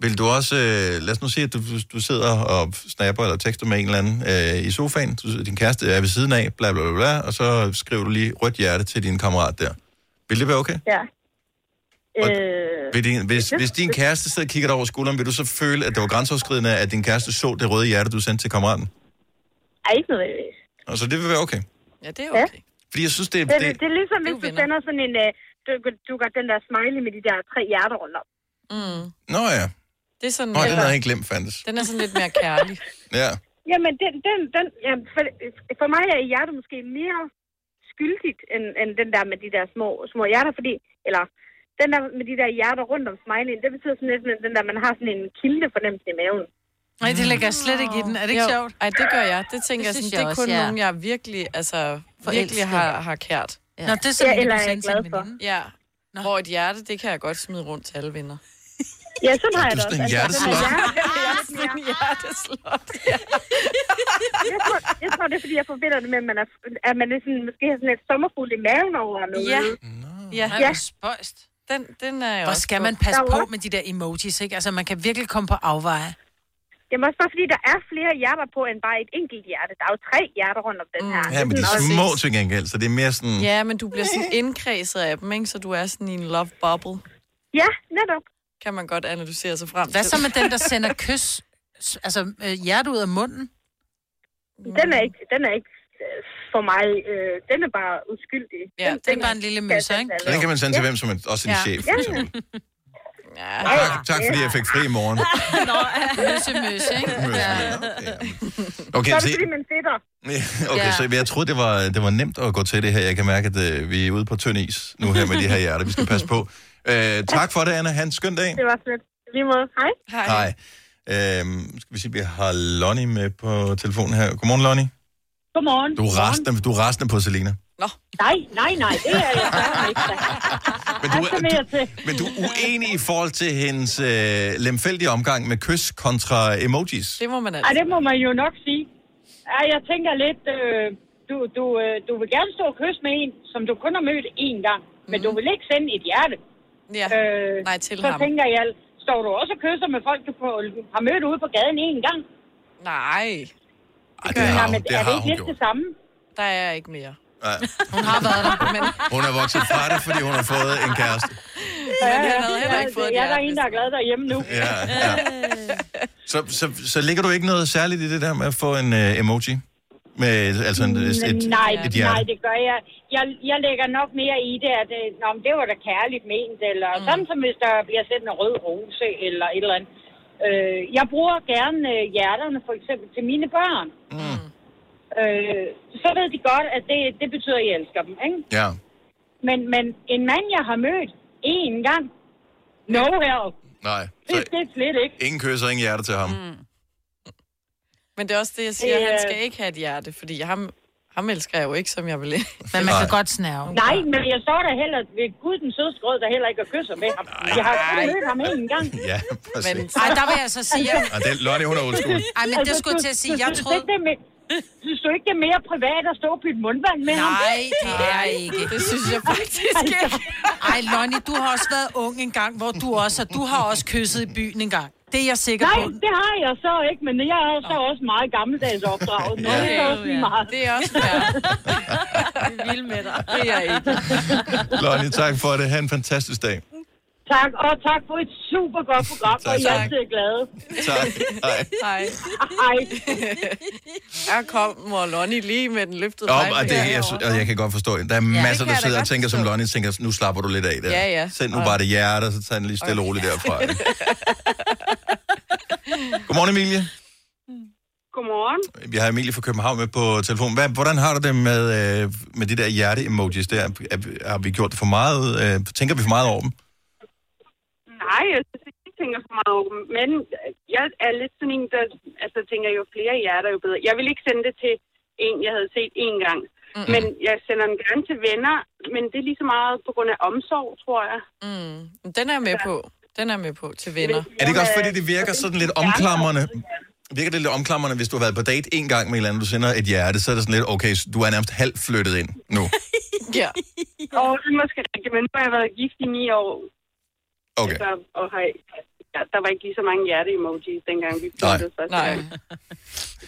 [SPEAKER 1] Vil du også... Øh, lad os nu sige, at du, du sidder og snapper eller tekster med en eller anden øh, i sofaen. Du, din kæreste er ved siden af, bla bla bla, bla, og så skriver du lige rødt hjerte til din kammerat der. Vil det være okay?
[SPEAKER 10] Ja.
[SPEAKER 1] Og
[SPEAKER 10] Øh,
[SPEAKER 1] Vil din, hvis, hvis din kæreste sidder og kigger dig over skulderen, vil du så føle, at det var grænseoverskridende, at din kæreste så det røde hjerte, du sendte til kammeraten?
[SPEAKER 10] er ikke nødvendigvis.
[SPEAKER 1] Og så det vil være okay.
[SPEAKER 6] Ja, det er
[SPEAKER 10] okay. Ja.
[SPEAKER 1] Fordi jeg synes, det,
[SPEAKER 10] Det, det, det er ligesom, hvis du sender sådan en... Øh, du, du gør den der smiley med de der tre hjerter rundt om.
[SPEAKER 6] Mm.
[SPEAKER 1] Nå ja.
[SPEAKER 6] Det er sådan,
[SPEAKER 1] Nå, den havde jeg ikke glemt, fandtes.
[SPEAKER 6] den er sådan lidt mere kærlig.
[SPEAKER 1] Ja.
[SPEAKER 10] Jamen, den, den, den, jamen for, for mig er hjertet måske mere skyldigt, end, end den der med de der små, små hjerter, fordi, eller den der med de der hjerter rundt om smileyen, det betyder sådan lidt, med den der, man har sådan en kilde fornemmelse i maven.
[SPEAKER 2] Nej, det lægger jeg slet ikke i den. Er det ikke
[SPEAKER 6] Jo.
[SPEAKER 2] sjovt?
[SPEAKER 6] Ej, det gør jeg. Det tænker
[SPEAKER 2] Det
[SPEAKER 6] jeg,
[SPEAKER 2] synes
[SPEAKER 6] sådan, det er
[SPEAKER 2] jeg
[SPEAKER 6] kun
[SPEAKER 2] også, ja.
[SPEAKER 6] nogen, jeg virkelig, altså,
[SPEAKER 2] Forelsket.
[SPEAKER 6] virkelig har, har kært.
[SPEAKER 2] Ja. Nå, det er sådan, Ja,
[SPEAKER 10] eller du er sender glad til en for.
[SPEAKER 6] Ja. Nå. Hvor et hjerte, det kan jeg godt smide rundt til alle venner.
[SPEAKER 10] Ja, sådan har jeg
[SPEAKER 6] Du
[SPEAKER 10] det
[SPEAKER 6] er
[SPEAKER 10] også.
[SPEAKER 6] sådan en
[SPEAKER 10] Altså, den der
[SPEAKER 6] hjerteslot.
[SPEAKER 10] hjerte-
[SPEAKER 6] Jeg er sådan en hjerteslot.
[SPEAKER 10] jeg, tror, jeg tror, det er, fordi jeg forbinder det med, at man er, at man er sådan, måske har sådan lidt sommerfugl i maven over noget.
[SPEAKER 2] Ja.
[SPEAKER 6] Mm. Ja.
[SPEAKER 2] Ej, hvor spøjst.
[SPEAKER 6] Den, den er jeg
[SPEAKER 2] Hvor
[SPEAKER 6] også
[SPEAKER 2] skal
[SPEAKER 6] på.
[SPEAKER 2] man passe
[SPEAKER 6] Der er
[SPEAKER 2] på
[SPEAKER 6] også-
[SPEAKER 2] med de der emojis, ikke? Altså, man kan virkelig komme på afveje.
[SPEAKER 15] Jamen også bare fordi, der er flere hjerter på, end bare et enkelt hjerte. Der er jo tre hjerter rundt om den her.
[SPEAKER 1] Ja, men de er små til gengæld, så det er mere sådan...
[SPEAKER 6] Ja, men du bliver sådan indkredset af dem, ikke? Så du er sådan i en love bubble.
[SPEAKER 15] Ja, netop.
[SPEAKER 6] Kan man godt analysere sig frem
[SPEAKER 2] Hvad
[SPEAKER 6] til.
[SPEAKER 2] så med den, der sender kys, s- altså øh, hjerte ud af munden?
[SPEAKER 15] Den er ikke, den er ikke øh, for mig, øh, den er bare uskyldig. Ja, den,
[SPEAKER 2] det er bare en lille møsse, ikke?
[SPEAKER 1] Så den kan man sende til hvem som helst, også en chef.
[SPEAKER 15] Ja.
[SPEAKER 6] Ja.
[SPEAKER 1] Tak, tak fordi jeg fik fri i morgen.
[SPEAKER 2] Nå, møsse, møsse, ikke? Ja.
[SPEAKER 1] Okay,
[SPEAKER 15] så er
[SPEAKER 1] så,
[SPEAKER 15] det fordi, man fedter.
[SPEAKER 1] okay, så jeg troede, det var, det var nemt at gå til det her. Jeg kan mærke, at øh, vi er ude på tynd is nu her med de her hjerter. Vi skal passe på. Øh, tak for det, Anna. Ha' en skøn dag.
[SPEAKER 15] Det var slet. Lige måde. Hej.
[SPEAKER 1] Hej. Øhm, skal vi sige, vi har Lonnie med på telefonen her. Godmorgen, Lonnie.
[SPEAKER 10] Godmorgen.
[SPEAKER 1] Du er rasende, du er rasende på Selina.
[SPEAKER 10] Nej, nej, nej, det er jeg sørme ikke.
[SPEAKER 1] Men du, er- du, men du er uenig i forhold til hendes øh, lemfældige omgang med kys kontra emojis.
[SPEAKER 6] Det må man
[SPEAKER 10] Ej, det må man jo nok sige. Ej, jeg tænker lidt, øh, du, du, øh, du vil gerne stå og kysse med en, som du kun har mødt én gang, men du vil ikke sende et hjerte.
[SPEAKER 6] Ja,
[SPEAKER 10] øh, nej,
[SPEAKER 6] til
[SPEAKER 10] så
[SPEAKER 6] ham.
[SPEAKER 10] tænker jeg, står du også og kysser med folk, du på, har mødt ude på gaden én gang?
[SPEAKER 6] Nej.
[SPEAKER 1] Ej, det har hun,
[SPEAKER 10] er
[SPEAKER 1] det
[SPEAKER 10] det
[SPEAKER 1] har
[SPEAKER 10] ikke
[SPEAKER 1] hun
[SPEAKER 10] lidt
[SPEAKER 1] gjort.
[SPEAKER 10] det samme?
[SPEAKER 6] Der er ikke mere.
[SPEAKER 1] Ja.
[SPEAKER 6] Hun har været der, men...
[SPEAKER 1] Hun er vokset fra det, fordi hun har fået en kæreste.
[SPEAKER 10] Ja,
[SPEAKER 6] han
[SPEAKER 10] ja,
[SPEAKER 6] havde heller
[SPEAKER 10] ja,
[SPEAKER 6] ikke fået
[SPEAKER 10] ja,
[SPEAKER 6] et
[SPEAKER 10] der er en, der er glad derhjemme nu.
[SPEAKER 1] Ja, ja. Så, så, så ligger du ikke noget særligt i det der med at få en øh, emoji? Med, altså en, et,
[SPEAKER 10] Men
[SPEAKER 1] et,
[SPEAKER 10] Mm, nej, nej,
[SPEAKER 1] et hjerte?
[SPEAKER 10] det gør jeg. jeg. Jeg lægger nok mere i det, at øh, Nå, men det var da kærligt ment, eller mm. sådan som hvis der bliver sendt en rød rose, eller et eller andet. Øh, jeg bruger gerne øh, hjerterne, for eksempel, til mine børn.
[SPEAKER 1] Mm.
[SPEAKER 10] Øh, så ved de godt, at det, det betyder, at jeg elsker dem, ikke?
[SPEAKER 1] Ja.
[SPEAKER 10] Men, men en mand, jeg har mødt én gang, no help.
[SPEAKER 1] Nej.
[SPEAKER 10] Det, det er slet ikke.
[SPEAKER 1] Ingen kysser, ingen hjerte til ham. Mm.
[SPEAKER 6] Men det er også det, jeg siger,
[SPEAKER 10] Det,
[SPEAKER 6] han
[SPEAKER 10] øh,
[SPEAKER 6] skal ikke have et hjerte, fordi ham, ham elsker jeg jo ikke, som jeg vil.
[SPEAKER 2] Men man kan godt snæve.
[SPEAKER 10] Nej, men jeg står der heller ved Gud den søde skrød, der heller ikke at kysse med ham. Jeg har kun mødt ham én gang.
[SPEAKER 1] Ja, præcis.
[SPEAKER 2] Ej, der vil jeg så sige...
[SPEAKER 1] Og det, Lonnie, hun er old school.
[SPEAKER 2] Ej, men det skulle jeg til at sige, jeg
[SPEAKER 10] Altså, synes
[SPEAKER 2] troede-
[SPEAKER 10] Ikke, det er med, synes du ikke, det er mere privat at stå og bytte mundvand med ham?
[SPEAKER 2] Nej, det er ikke. Det synes jeg faktisk ikke. Ej, Lonnie, du har også været ung en gang, hvor du også, og du har også kysset i byen en gang. Det er jeg sikker
[SPEAKER 10] Nej,
[SPEAKER 2] på.
[SPEAKER 10] det har jeg så ikke, men jeg er så også meget gammeldags opdraget. Nå,
[SPEAKER 2] Ja.
[SPEAKER 10] det er så også lige meget.
[SPEAKER 6] Det er også fair. Vi er vilde med dig. Det er jeg ikke.
[SPEAKER 1] Lonnie, tak for det. Ha' en fantastisk dag.
[SPEAKER 10] Tak, og tak for et super godt program,
[SPEAKER 1] Tak,
[SPEAKER 10] og jeg
[SPEAKER 1] tak.
[SPEAKER 10] er altid glade.
[SPEAKER 1] Tak. Hej.
[SPEAKER 6] Hej.
[SPEAKER 10] Hej.
[SPEAKER 6] Jeg kommer Lonnie lige med den løftede
[SPEAKER 1] Nå,
[SPEAKER 6] pege.
[SPEAKER 1] og, det, jeg, sy- og jeg kan godt forstå, der er masser, der
[SPEAKER 6] det kan jeg da
[SPEAKER 1] sidder og
[SPEAKER 6] godt
[SPEAKER 1] tænker som Lonnie, tænker, nu slapper du lidt af der.
[SPEAKER 6] Ja, ja.
[SPEAKER 1] Send nu
[SPEAKER 6] Og-
[SPEAKER 1] bare det hjerte, og så tager den lige stille og roligt derfra. ikke? Godmorgen, Emilie.
[SPEAKER 8] Godmorgen.
[SPEAKER 1] Vi har Emilie fra København med på telefon. Hvad, hvordan har du det med, øh, med de der hjerte-emojis der? Er, har vi gjort det for meget? Øh, tænker vi for meget over dem?
[SPEAKER 8] Nej, jeg synes ikke, jeg tænker så meget over dem. Men jeg er lidt sådan en, der altså, tænker, jo flere hjerter, jo bedre. Jeg vil ikke sende det til en, jeg havde set en gang.
[SPEAKER 6] Mm.
[SPEAKER 8] Mm. Men jeg sender den gerne til venner, men det er lige så meget på grund af omsorg, tror jeg.
[SPEAKER 6] Mm. Den er jeg med på. Den er jeg med på til venner.
[SPEAKER 1] Er det ikke også øh, fordi, det virker sådan lidt omklamrende? Virker det lidt omklamrende, hvis du har været på date en gang med en eller anden, du sender et hjerte, så er det sådan lidt, okay, så du er nærmest halvt flyttet ind nu.
[SPEAKER 6] Ja.
[SPEAKER 8] Og det er måske rigtigt, men nu har jeg været gift i ni år.
[SPEAKER 1] Okay.
[SPEAKER 8] Så, og har, ja, der var ikke lige så mange hjerte-emojis, dengang vi flyttede første
[SPEAKER 6] Nej.
[SPEAKER 8] gang.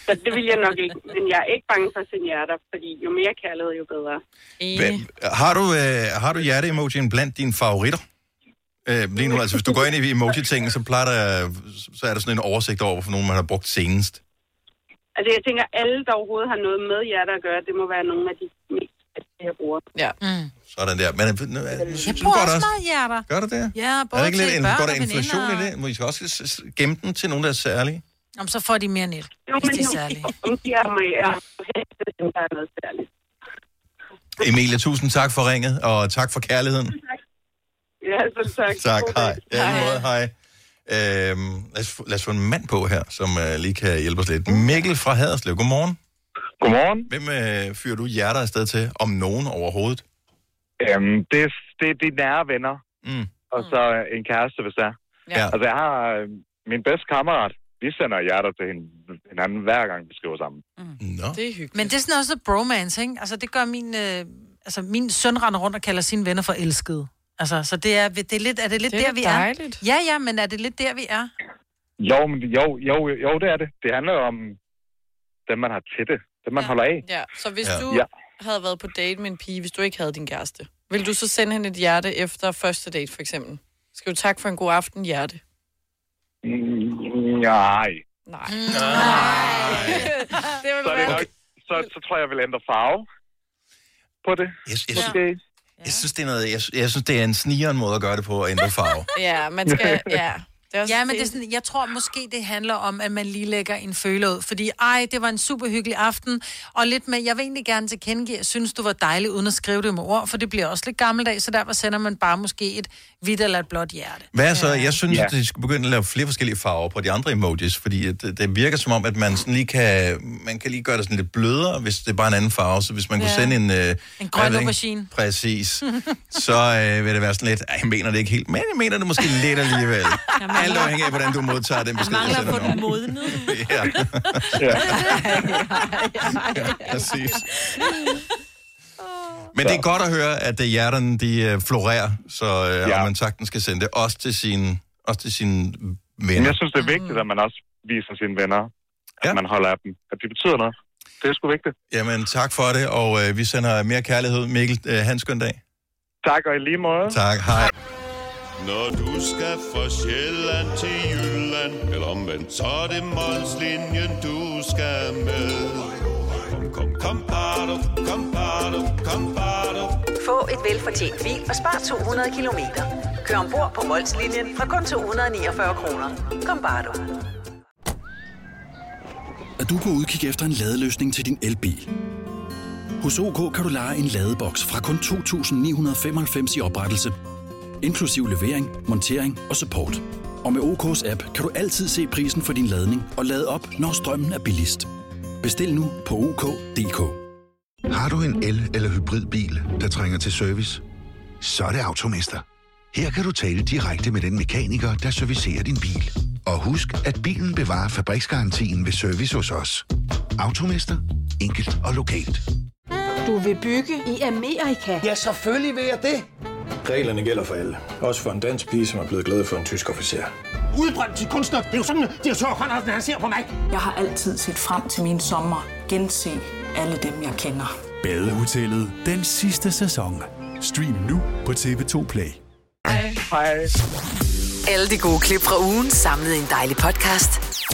[SPEAKER 8] Så det vil jeg nok ikke. Men jeg er ikke bange for at sende hjerter, fordi jo mere kærlighed, jo bedre.
[SPEAKER 1] Hvem, har du, øh, har du hjerte-emojien blandt dine favoritter? Øh, lige nu, altså hvis du går ind i emoji-tingen, så, plejer der, så er der sådan en oversigt over, hvorfor nogen man har brugt senest.
[SPEAKER 8] Altså, jeg tænker, alle, der overhovedet har noget med hjerter at gøre, det må være nogle af de mest fattige, jeg bruger.
[SPEAKER 6] Ja.
[SPEAKER 2] Mm.
[SPEAKER 1] Sådan der. Men, øh, øh,
[SPEAKER 2] Jeg
[SPEAKER 1] synes du
[SPEAKER 2] bruger
[SPEAKER 1] godt
[SPEAKER 2] også
[SPEAKER 1] også?
[SPEAKER 2] meget hjerter.
[SPEAKER 1] Gør du det?
[SPEAKER 2] Ja,
[SPEAKER 1] Er der
[SPEAKER 2] både
[SPEAKER 1] ikke
[SPEAKER 2] til
[SPEAKER 1] lidt en,
[SPEAKER 2] børn
[SPEAKER 1] går der
[SPEAKER 2] og veninder
[SPEAKER 1] inflation i
[SPEAKER 2] og-
[SPEAKER 1] det? Må I skal også s- s- gemme den til nogen, der er særlige?
[SPEAKER 2] Jamen, så får de mere net, hvis det er særligt.
[SPEAKER 8] omgiver mig af dem, der er noget særligt.
[SPEAKER 1] Emilie, tusind tak for ringet, og tak for kærligheden.
[SPEAKER 8] Ja,
[SPEAKER 7] altså,
[SPEAKER 8] så tak.
[SPEAKER 1] Tak, hej. Ja, i måde, hej. Øhm, lad, os, få- lad os få en mand på her, som øh, lige kan hjælpe os lidt. Mikkel fra Haderslev, godmorgen.
[SPEAKER 16] Godmorgen.
[SPEAKER 1] Hvem øh, fyrer du hjerter afsted til, om nogen overhovedet?
[SPEAKER 16] Øhm, det, det, det er nære venner.
[SPEAKER 1] Mm.
[SPEAKER 16] Og så
[SPEAKER 17] øh,
[SPEAKER 16] en kæreste, hvis det er.
[SPEAKER 1] Ja.
[SPEAKER 16] Altså, jeg har øh, min bedste kammerat. Vi sender hjerter til hin- hinanden, hver gang vi skriver sammen.
[SPEAKER 1] Nå.
[SPEAKER 6] Det er hyggeligt.
[SPEAKER 2] Men det er sådan også noget bromance, ikke? Altså, det gør min... Øh, altså, min søn render rundt og kalder sine venner for elskede. Altså, så det er, det er lidt, er det lidt
[SPEAKER 6] Det er
[SPEAKER 2] der,
[SPEAKER 6] da
[SPEAKER 2] vi
[SPEAKER 6] dejligt.
[SPEAKER 2] er. Ja, ja, men er det lidt der, vi er?
[SPEAKER 17] Jo, men, jo, jo, jo, det er det. Det handler jo om dem, man har tætte. Dem, man ja. holder af.
[SPEAKER 6] Ja, så hvis
[SPEAKER 17] Ja.
[SPEAKER 6] ja. du
[SPEAKER 17] Ja.
[SPEAKER 6] ja. havde været på date med en pige, hvis du ikke havde din kæreste, vil du så sende hende et hjerte efter første date, for eksempel? Skal du tak for en god aften, hjerte?
[SPEAKER 17] Mm, nej.
[SPEAKER 6] Nej.
[SPEAKER 17] det så, er det nok, så, så tror jeg, jeg vil ændre farve på det.
[SPEAKER 1] Yes, yes.
[SPEAKER 17] Måske.
[SPEAKER 1] Jeg synes, det er, noget, jeg, jeg synes, det er en snigeren måde at gøre det på at ændre farve.
[SPEAKER 6] Ja, man skal... Ja. Det er også
[SPEAKER 2] Ja, men det er sådan, jeg tror måske, det handler om, at man lige lægger en føler ud. Fordi, ej, det var en super hyggelig aften. Og lidt med, jeg vil egentlig gerne tilkendegive, at jeg synes, du var dejlig, uden at skrive det med ord. For det bliver også lidt gammeldags, så derfor sender man bare måske et hvidt eller et blåt hjerte.
[SPEAKER 1] Hvad så? Jeg synes, ja. at de skal begynde at lave flere forskellige farver på de andre emojis, fordi at det, det virker som om, at man sådan lige kan, man kan lige gøre det sådan lidt blødere, hvis det er bare en anden farve. Så hvis man ja. kunne
[SPEAKER 2] Ja.
[SPEAKER 1] sende en... Hmm. Øh,
[SPEAKER 2] En
[SPEAKER 1] jeg
[SPEAKER 2] grøn
[SPEAKER 1] ved ikke,
[SPEAKER 2] aubergine.
[SPEAKER 1] Præcis. Så øh, vil det være sådan lidt, "Ej, jeg mener det ikke helt, men jeg mener det måske lidt alligevel. Alt afhængig af, hvordan du modtager den besked. Jeg mangler på den
[SPEAKER 5] modnet.
[SPEAKER 1] ja. ja. Præcis. Men det er godt at høre, at øh, hjerterne de øh, florerer, så øh, ja. man sagtens skal sende det også til sine, også til sine venner.
[SPEAKER 17] Men jeg synes, det er vigtigt, at man også viser sine venner, at ja. man holder af dem. At det betyder noget. Det er sgu vigtigt.
[SPEAKER 1] Jamen, tak for det, og øh, vi sender mere kærlighed. Mikkel, øh, hans skøn dag.
[SPEAKER 17] Tak, og i lige måde.
[SPEAKER 1] Tak, hej.
[SPEAKER 18] Når du skal fra Sjælland til Jylland, eller omvendt, så er det Molslinjen, du skal med. Kom, kom, kom, bado, kom, bado, kom, bado.
[SPEAKER 3] Få et velfortjent bil og spar 200 kilometer. Kør ombord på Molslinjen fra kun 249 kroner. Kom bare du.
[SPEAKER 19] Er du på udkig efter en ladeløsning til din elbil? Hos OK kan du lege en ladeboks fra kun 2.995 i oprettelse, inklusiv levering, montering og support. Og med OK's app kan du altid se prisen for din ladning og lade op, når strømmen er billigst. Bestil nu på OK.dk.
[SPEAKER 20] Har du en el- eller hybridbil, der trænger til service? Så er det Automester. Her kan du tale direkte med den mekaniker, der servicerer din bil. Og husk, at bilen bevarer fabriksgarantien ved service hos os. Automester. Enkelt og lokalt.
[SPEAKER 21] Du vil bygge i Amerika? Ja, selvfølgelig vil jeg det.
[SPEAKER 22] Reglerne gælder for alle. Også for en dansk pige, som er blevet glad for en tysk officer.
[SPEAKER 23] Udbrøndt til kunstner. Det er jo sådan, at de har tørt, han ser på mig. Jeg har altid set frem til min sommer. Gense alle dem, jeg kender.
[SPEAKER 24] Badehotellet den sidste sæson. Stream nu på TV2 Play.
[SPEAKER 20] Hej.
[SPEAKER 3] Alle de gode klip fra ugen samlet i en dejlig podcast.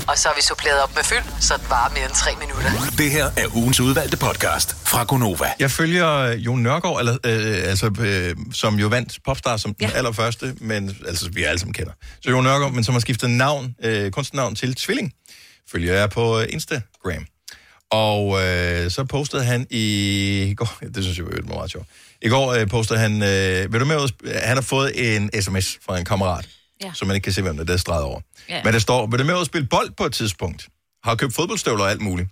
[SPEAKER 3] Og så har vi suppleret op med fyld, så det varer mere end tre minutter.
[SPEAKER 4] Det her er ugens udvalgte podcast fra Gonova.
[SPEAKER 1] Jeg følger øh, Jon Nørgaard, eller, øh, altså, øh, som jo vandt Popstar som den allerførste, men altså, vi alle sammen kender. Så Jon Nørgaard, men som har skiftet navn, øh, kunstnavn til Tvilling, følger jeg på øh, Instagram. Og øh, så postede han i går, det synes jeg var øvrigt var meget sjovt. I går øh, postede han, øh, vil du med ud, at sp- han har fået en sms fra en kammerat,
[SPEAKER 11] Ja.
[SPEAKER 1] ja. som man ikke kan se, hvem der er streget over.
[SPEAKER 11] Ja.
[SPEAKER 1] Ja. Men der står, vil du med ud at spille bold på et tidspunkt? Har købt fodboldstøvler og alt muligt.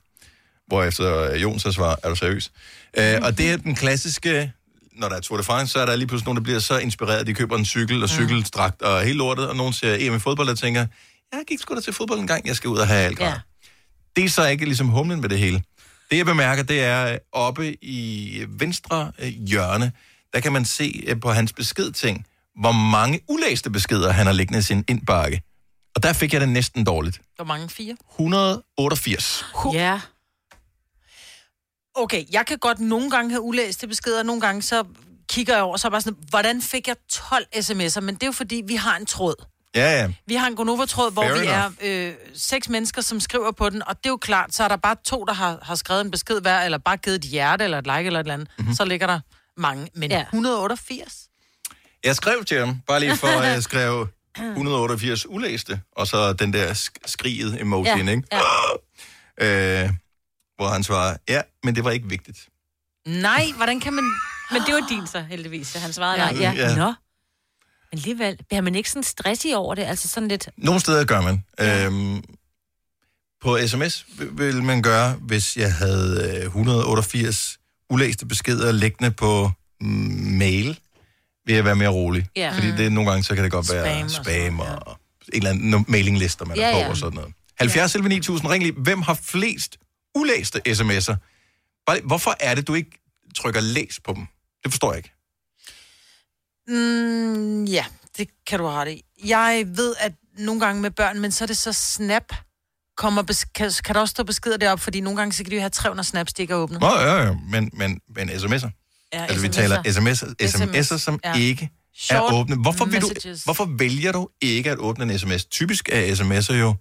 [SPEAKER 1] Hvorefter øh, Jon så svarer, er du seriøs? Øh, og det er den klassiske, når der er Tour de France, så er der lige pludselig nogen, der bliver så inspireret, at de køber en cykel og cykeldragt og hele lortet, og nogen ser EM i fodbold og tænker, jeg gik sgu da til fodbold en gang, jeg skal ud og have alt ja. Det er så ikke ligesom humlen ved det hele. Det jeg bemærker, det er øh, oppe i øh, venstre øh, hjørne, der kan man se øh, på hans beskedting, hvor mange ulæste beskeder han har liggende i sin indbakke. Og der fik jeg det næsten dårligt.
[SPEAKER 2] Hvor mange fire?
[SPEAKER 1] 188.
[SPEAKER 5] Ja.
[SPEAKER 2] Okay, jeg kan godt nogle gange have ulæste beskeder, og nogle gange så kigger jeg over, så er jeg bare sådan, hvordan fik jeg 12 sms'er? Men det er jo fordi, vi har en tråd.
[SPEAKER 1] Ja, ja.
[SPEAKER 2] Vi har en Gonova-tråd, hvor
[SPEAKER 1] Fair
[SPEAKER 2] vi
[SPEAKER 1] enough.
[SPEAKER 2] er øh, seks mennesker, som skriver på den, og det er jo klart, så er der bare to, der har, har skrevet en besked hver, eller bare givet et hjerte, eller et like, eller et eller andet.
[SPEAKER 1] Mhm.
[SPEAKER 2] Mm-hmm. Så ligger der mange, men ja. 188.
[SPEAKER 1] Jeg skrev til ham, bare lige for øh, at jeg skrev 188 ulæste, og så den der sk- skriget emoji,
[SPEAKER 2] Ja,
[SPEAKER 1] ja, ikke? Ja. Øh, hvor han svarer, ja, men det var ikke vigtigt.
[SPEAKER 5] Nej, hvordan kan man... Men det var din så, heldigvis. at Han svarede
[SPEAKER 1] Ja.
[SPEAKER 5] nej. Ja.
[SPEAKER 1] Ja.
[SPEAKER 5] ja. Nå. Men alligevel, bliver man ikke sådan stressig over det? Altså sådan lidt...
[SPEAKER 1] Nogle steder gør man. Ja. Øhm, på sms v- ville man gøre, hvis jeg havde øh, 188 ulæste beskeder liggende på mm, mail, vil jeg være mere rolig.
[SPEAKER 11] Ja.
[SPEAKER 1] Fordi det, nogle gange så kan det godt
[SPEAKER 11] Spam
[SPEAKER 1] være
[SPEAKER 11] og sådan
[SPEAKER 1] spam og, et eller andet no- mailinglister, man ja,
[SPEAKER 11] Ja,
[SPEAKER 1] er på
[SPEAKER 11] ja.
[SPEAKER 1] ja. og sådan noget. 70 ja. 9000, ring lige. Hvem har flest ulæste sms'er? Bare, lige, hvorfor er det, du ikke trykker læs på dem? Det forstår jeg ikke.
[SPEAKER 2] Mm, ja, det kan du have det i. Jeg ved, at nogle gange med børn, men så er det så snap. Kommer bes- kan, kan der også stå beskeder derop, fordi nogle gange så kan de jo have 300 snapstikker åbnet.
[SPEAKER 1] Nå, ja, ja, men, men, men sms'er.
[SPEAKER 2] Ja,
[SPEAKER 1] altså, vi
[SPEAKER 2] sms'er.
[SPEAKER 1] taler sms'er,
[SPEAKER 2] SMS,
[SPEAKER 1] sms'er som
[SPEAKER 2] ja.
[SPEAKER 1] ikke er
[SPEAKER 2] Short
[SPEAKER 1] åbne. Hvorfor, vil du,
[SPEAKER 2] messages.
[SPEAKER 1] hvorfor vælger du ikke at åbne en sms? Typisk er sms'er jo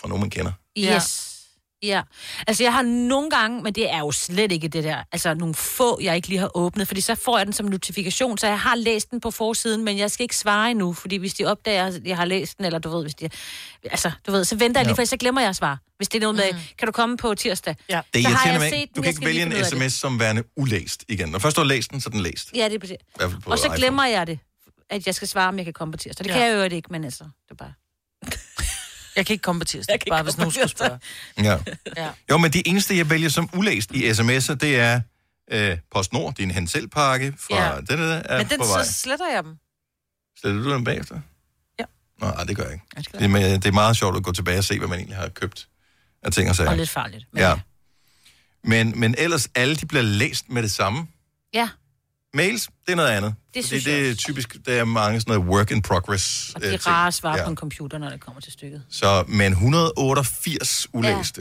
[SPEAKER 1] fra nogen, man kender.
[SPEAKER 5] Yes. Ja. ja. Altså, jeg har nogle gange, men det er jo slet ikke det der, altså nogle få, jeg ikke lige har åbnet, fordi så får jeg den som notifikation, så jeg har læst den på forsiden, men jeg skal ikke svare endnu, fordi hvis de opdager, at jeg har læst den, eller du ved, hvis de, altså, du ved, så venter jeg lige,
[SPEAKER 1] Ja.
[SPEAKER 5] for så glemmer jeg at svare. Hvis det er noget med, kan du komme på tirsdag? Mm. Ja.
[SPEAKER 1] Det
[SPEAKER 5] så har
[SPEAKER 1] irriterer
[SPEAKER 5] jeg
[SPEAKER 1] mig.
[SPEAKER 5] set
[SPEAKER 1] ikke.
[SPEAKER 5] den,
[SPEAKER 1] Du kan
[SPEAKER 5] jeg
[SPEAKER 1] ikke
[SPEAKER 5] skal lige
[SPEAKER 1] vælge
[SPEAKER 5] finde ud
[SPEAKER 1] en
[SPEAKER 5] af det.
[SPEAKER 1] sms som værende ulæst igen. Når først du har læst den, så er den læst.
[SPEAKER 5] Ja, det er præcis.
[SPEAKER 1] I hvert fald på
[SPEAKER 5] Og så
[SPEAKER 1] iPhone.
[SPEAKER 5] glemmer jeg det, at jeg skal svare, om jeg kan komme på tirsdag. Det
[SPEAKER 2] Ja.
[SPEAKER 5] kan jeg jo ikke, men altså, det er bare...
[SPEAKER 2] Jeg kan ikke komme på tirsdag, bare hvis nogen skulle spørge.
[SPEAKER 1] Ja.
[SPEAKER 2] Ja.
[SPEAKER 1] Jo, men det eneste, jeg vælger som ulæst i sms'er, det er øh, PostNord, din henselpakke fra ja.
[SPEAKER 2] Ja.
[SPEAKER 1] det der er
[SPEAKER 2] Men den,
[SPEAKER 1] på vej.
[SPEAKER 2] så sletter jeg dem.
[SPEAKER 1] Sætter du dem bagefter? Ja. Nej, det gør jeg ikke. Det, er, men, det er meget sjovt at gå tilbage og se, hvad man egentlig har købt af ting og sager.
[SPEAKER 5] Og lidt farligt.
[SPEAKER 1] Men ja. Men, men ellers, alle de bliver læst med det samme.
[SPEAKER 5] Ja.
[SPEAKER 1] Mails, det er noget andet.
[SPEAKER 5] Det
[SPEAKER 1] fordi
[SPEAKER 5] synes jeg
[SPEAKER 1] det er typisk, der er mange sådan noget work in progress.
[SPEAKER 5] Og
[SPEAKER 1] øh,
[SPEAKER 5] det er
[SPEAKER 1] ting.
[SPEAKER 5] rare at svare
[SPEAKER 1] Ja.
[SPEAKER 5] på en computer, når det kommer til stykket.
[SPEAKER 1] Så, men 188 ulæste.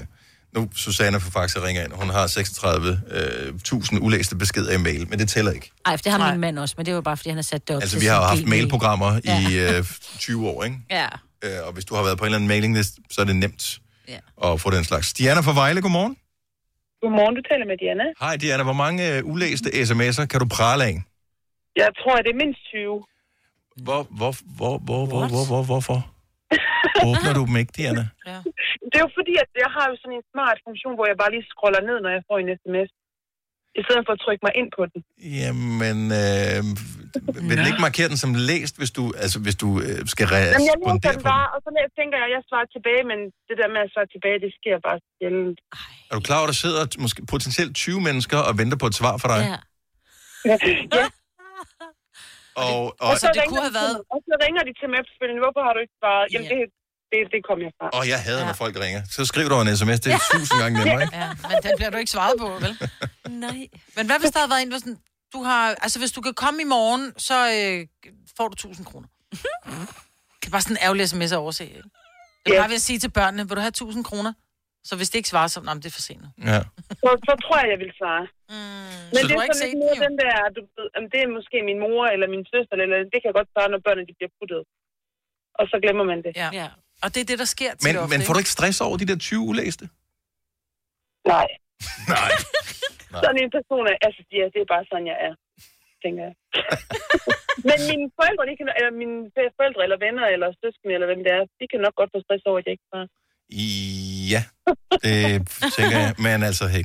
[SPEAKER 1] Ja. Nu, Susanne fra Faxe ringer ind. Hun har 36.000 ulæste beskeder i mail, men det tæller ikke.
[SPEAKER 5] Ej, for det har min mand også, men det var bare, fordi han har sat det op
[SPEAKER 1] Altså,
[SPEAKER 5] til
[SPEAKER 1] vi har jo
[SPEAKER 5] sin
[SPEAKER 1] haft
[SPEAKER 5] Gmail.
[SPEAKER 1] mailprogrammer i
[SPEAKER 5] Ja.
[SPEAKER 1] øh, 20 år, ikke?
[SPEAKER 5] Ja.
[SPEAKER 1] Øh, og hvis du har været på en eller anden mailinglist, så er det nemt
[SPEAKER 5] Ja.
[SPEAKER 1] at få den slags. Diana fra Vejle, godmorgen.
[SPEAKER 7] Godmorgen, du taler med Diana.
[SPEAKER 1] Hej Diana, hvor mange øh, ulæste sms'er kan du prale af?
[SPEAKER 7] Jeg tror, det er mindst 20.
[SPEAKER 1] Hvor, hvor, hvor, hvor, hvor, hvor, hvor, hvorfor? Åbner du dem ikke, Diana?
[SPEAKER 7] Det er jo fordi, at jeg har jo sådan en smart funktion, hvor jeg bare lige scroller ned, når jeg får en sms. I stedet for at trykke mig ind på den.
[SPEAKER 1] Jamen, øh, vil den ikke markere den som læst, hvis du, altså, hvis du øh, skal
[SPEAKER 7] Jamen, jeg læser
[SPEAKER 1] respondere
[SPEAKER 7] den
[SPEAKER 1] på den?
[SPEAKER 7] bare, og så læ- tænker jeg, at jeg svarer tilbage, men det der med at svare tilbage, det sker bare sjældent.
[SPEAKER 1] Er du klar over, at der sidder t- måske potentielt 20 mennesker og venter på et svar fra dig?
[SPEAKER 7] Ja. ja.
[SPEAKER 1] Og, og,
[SPEAKER 7] Og så, ringer de til mig- og så ringer de til mig efterfølgende, hvorfor har du ikke svaret? Jamen, det, det, det kom jeg fra.
[SPEAKER 1] og jeg hader, ja. når folk ringer. Så skriv dog en sms, det er tusind gange nemmere, ikke?
[SPEAKER 2] Ja, men den bliver du ikke svaret på, vel?
[SPEAKER 5] Nej.
[SPEAKER 2] Men hvad hvis der havde været en, hvor sådan, du har, altså hvis du kan komme i morgen, så øh, får du 1000 kroner. det er bare sådan en ærgerlig sms at overse, ikke? Det er bare ved at sige til børnene, vil du have 1000 kroner? Så hvis det ikke svarer, så nej, men det er for sent nu.
[SPEAKER 1] Ja.
[SPEAKER 7] Så, så tror jeg, jeg vil svare. Mm, men
[SPEAKER 2] Så
[SPEAKER 7] det
[SPEAKER 2] du har
[SPEAKER 7] er
[SPEAKER 2] ikke
[SPEAKER 7] sådan
[SPEAKER 2] set
[SPEAKER 7] lidt mere den der, du ved, om det er måske min mor eller min søster, eller det kan jeg godt svare, når børnene de bliver puttet. Og så glemmer man det.
[SPEAKER 2] Ja. ja. Og det er det, der sker til
[SPEAKER 1] Men, men får du ikke stress over de der 20 ulæste?
[SPEAKER 7] Nej.
[SPEAKER 1] Nej.
[SPEAKER 7] Sådan en person er, altså ja, det er bare sådan, jeg er, tænker jeg. Men mine forældre, de kan, eller mine forældre, eller venner, eller søskende, eller hvem det er, de kan nok godt få stress over, at jeg ikke svarer.
[SPEAKER 1] Ja, det tænker jeg. Men altså, hey.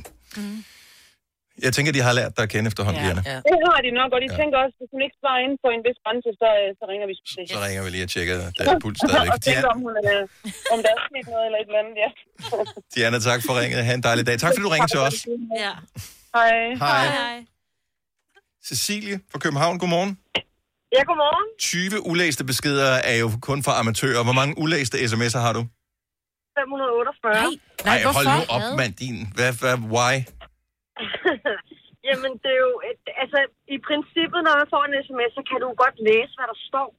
[SPEAKER 1] Jeg tænker, de har lært dig at kende efterhånden, Diana.
[SPEAKER 7] Det har de nok, og de tænker også, hvis hun ikke svarer inden for en vis grænse, så, øh, så ringer vi sgu til.
[SPEAKER 1] Så ringer vi lige og tjekker deres puls stadigvæk.
[SPEAKER 7] og tænker,
[SPEAKER 1] Diana,
[SPEAKER 7] om, hun er, om der er sket noget eller et eller andet, ja.
[SPEAKER 1] Diana, tak for ringet. Ha' en dejlig dag. Tak, fordi du ringede til os.
[SPEAKER 7] Ja. Hej.
[SPEAKER 1] Hej. Cecilie fra København, godmorgen.
[SPEAKER 10] Ja, godmorgen.
[SPEAKER 1] 20 ulæste beskeder er jo kun for amatører. Hvor mange ulæste sms'er har du?
[SPEAKER 10] 548. Nej,
[SPEAKER 1] Ej, hold nu op, mand, din. Hvad, hvad, why?
[SPEAKER 10] Jamen, det er jo... Et, altså, i princippet, når man får en sms, så kan du godt læse, hvad der står.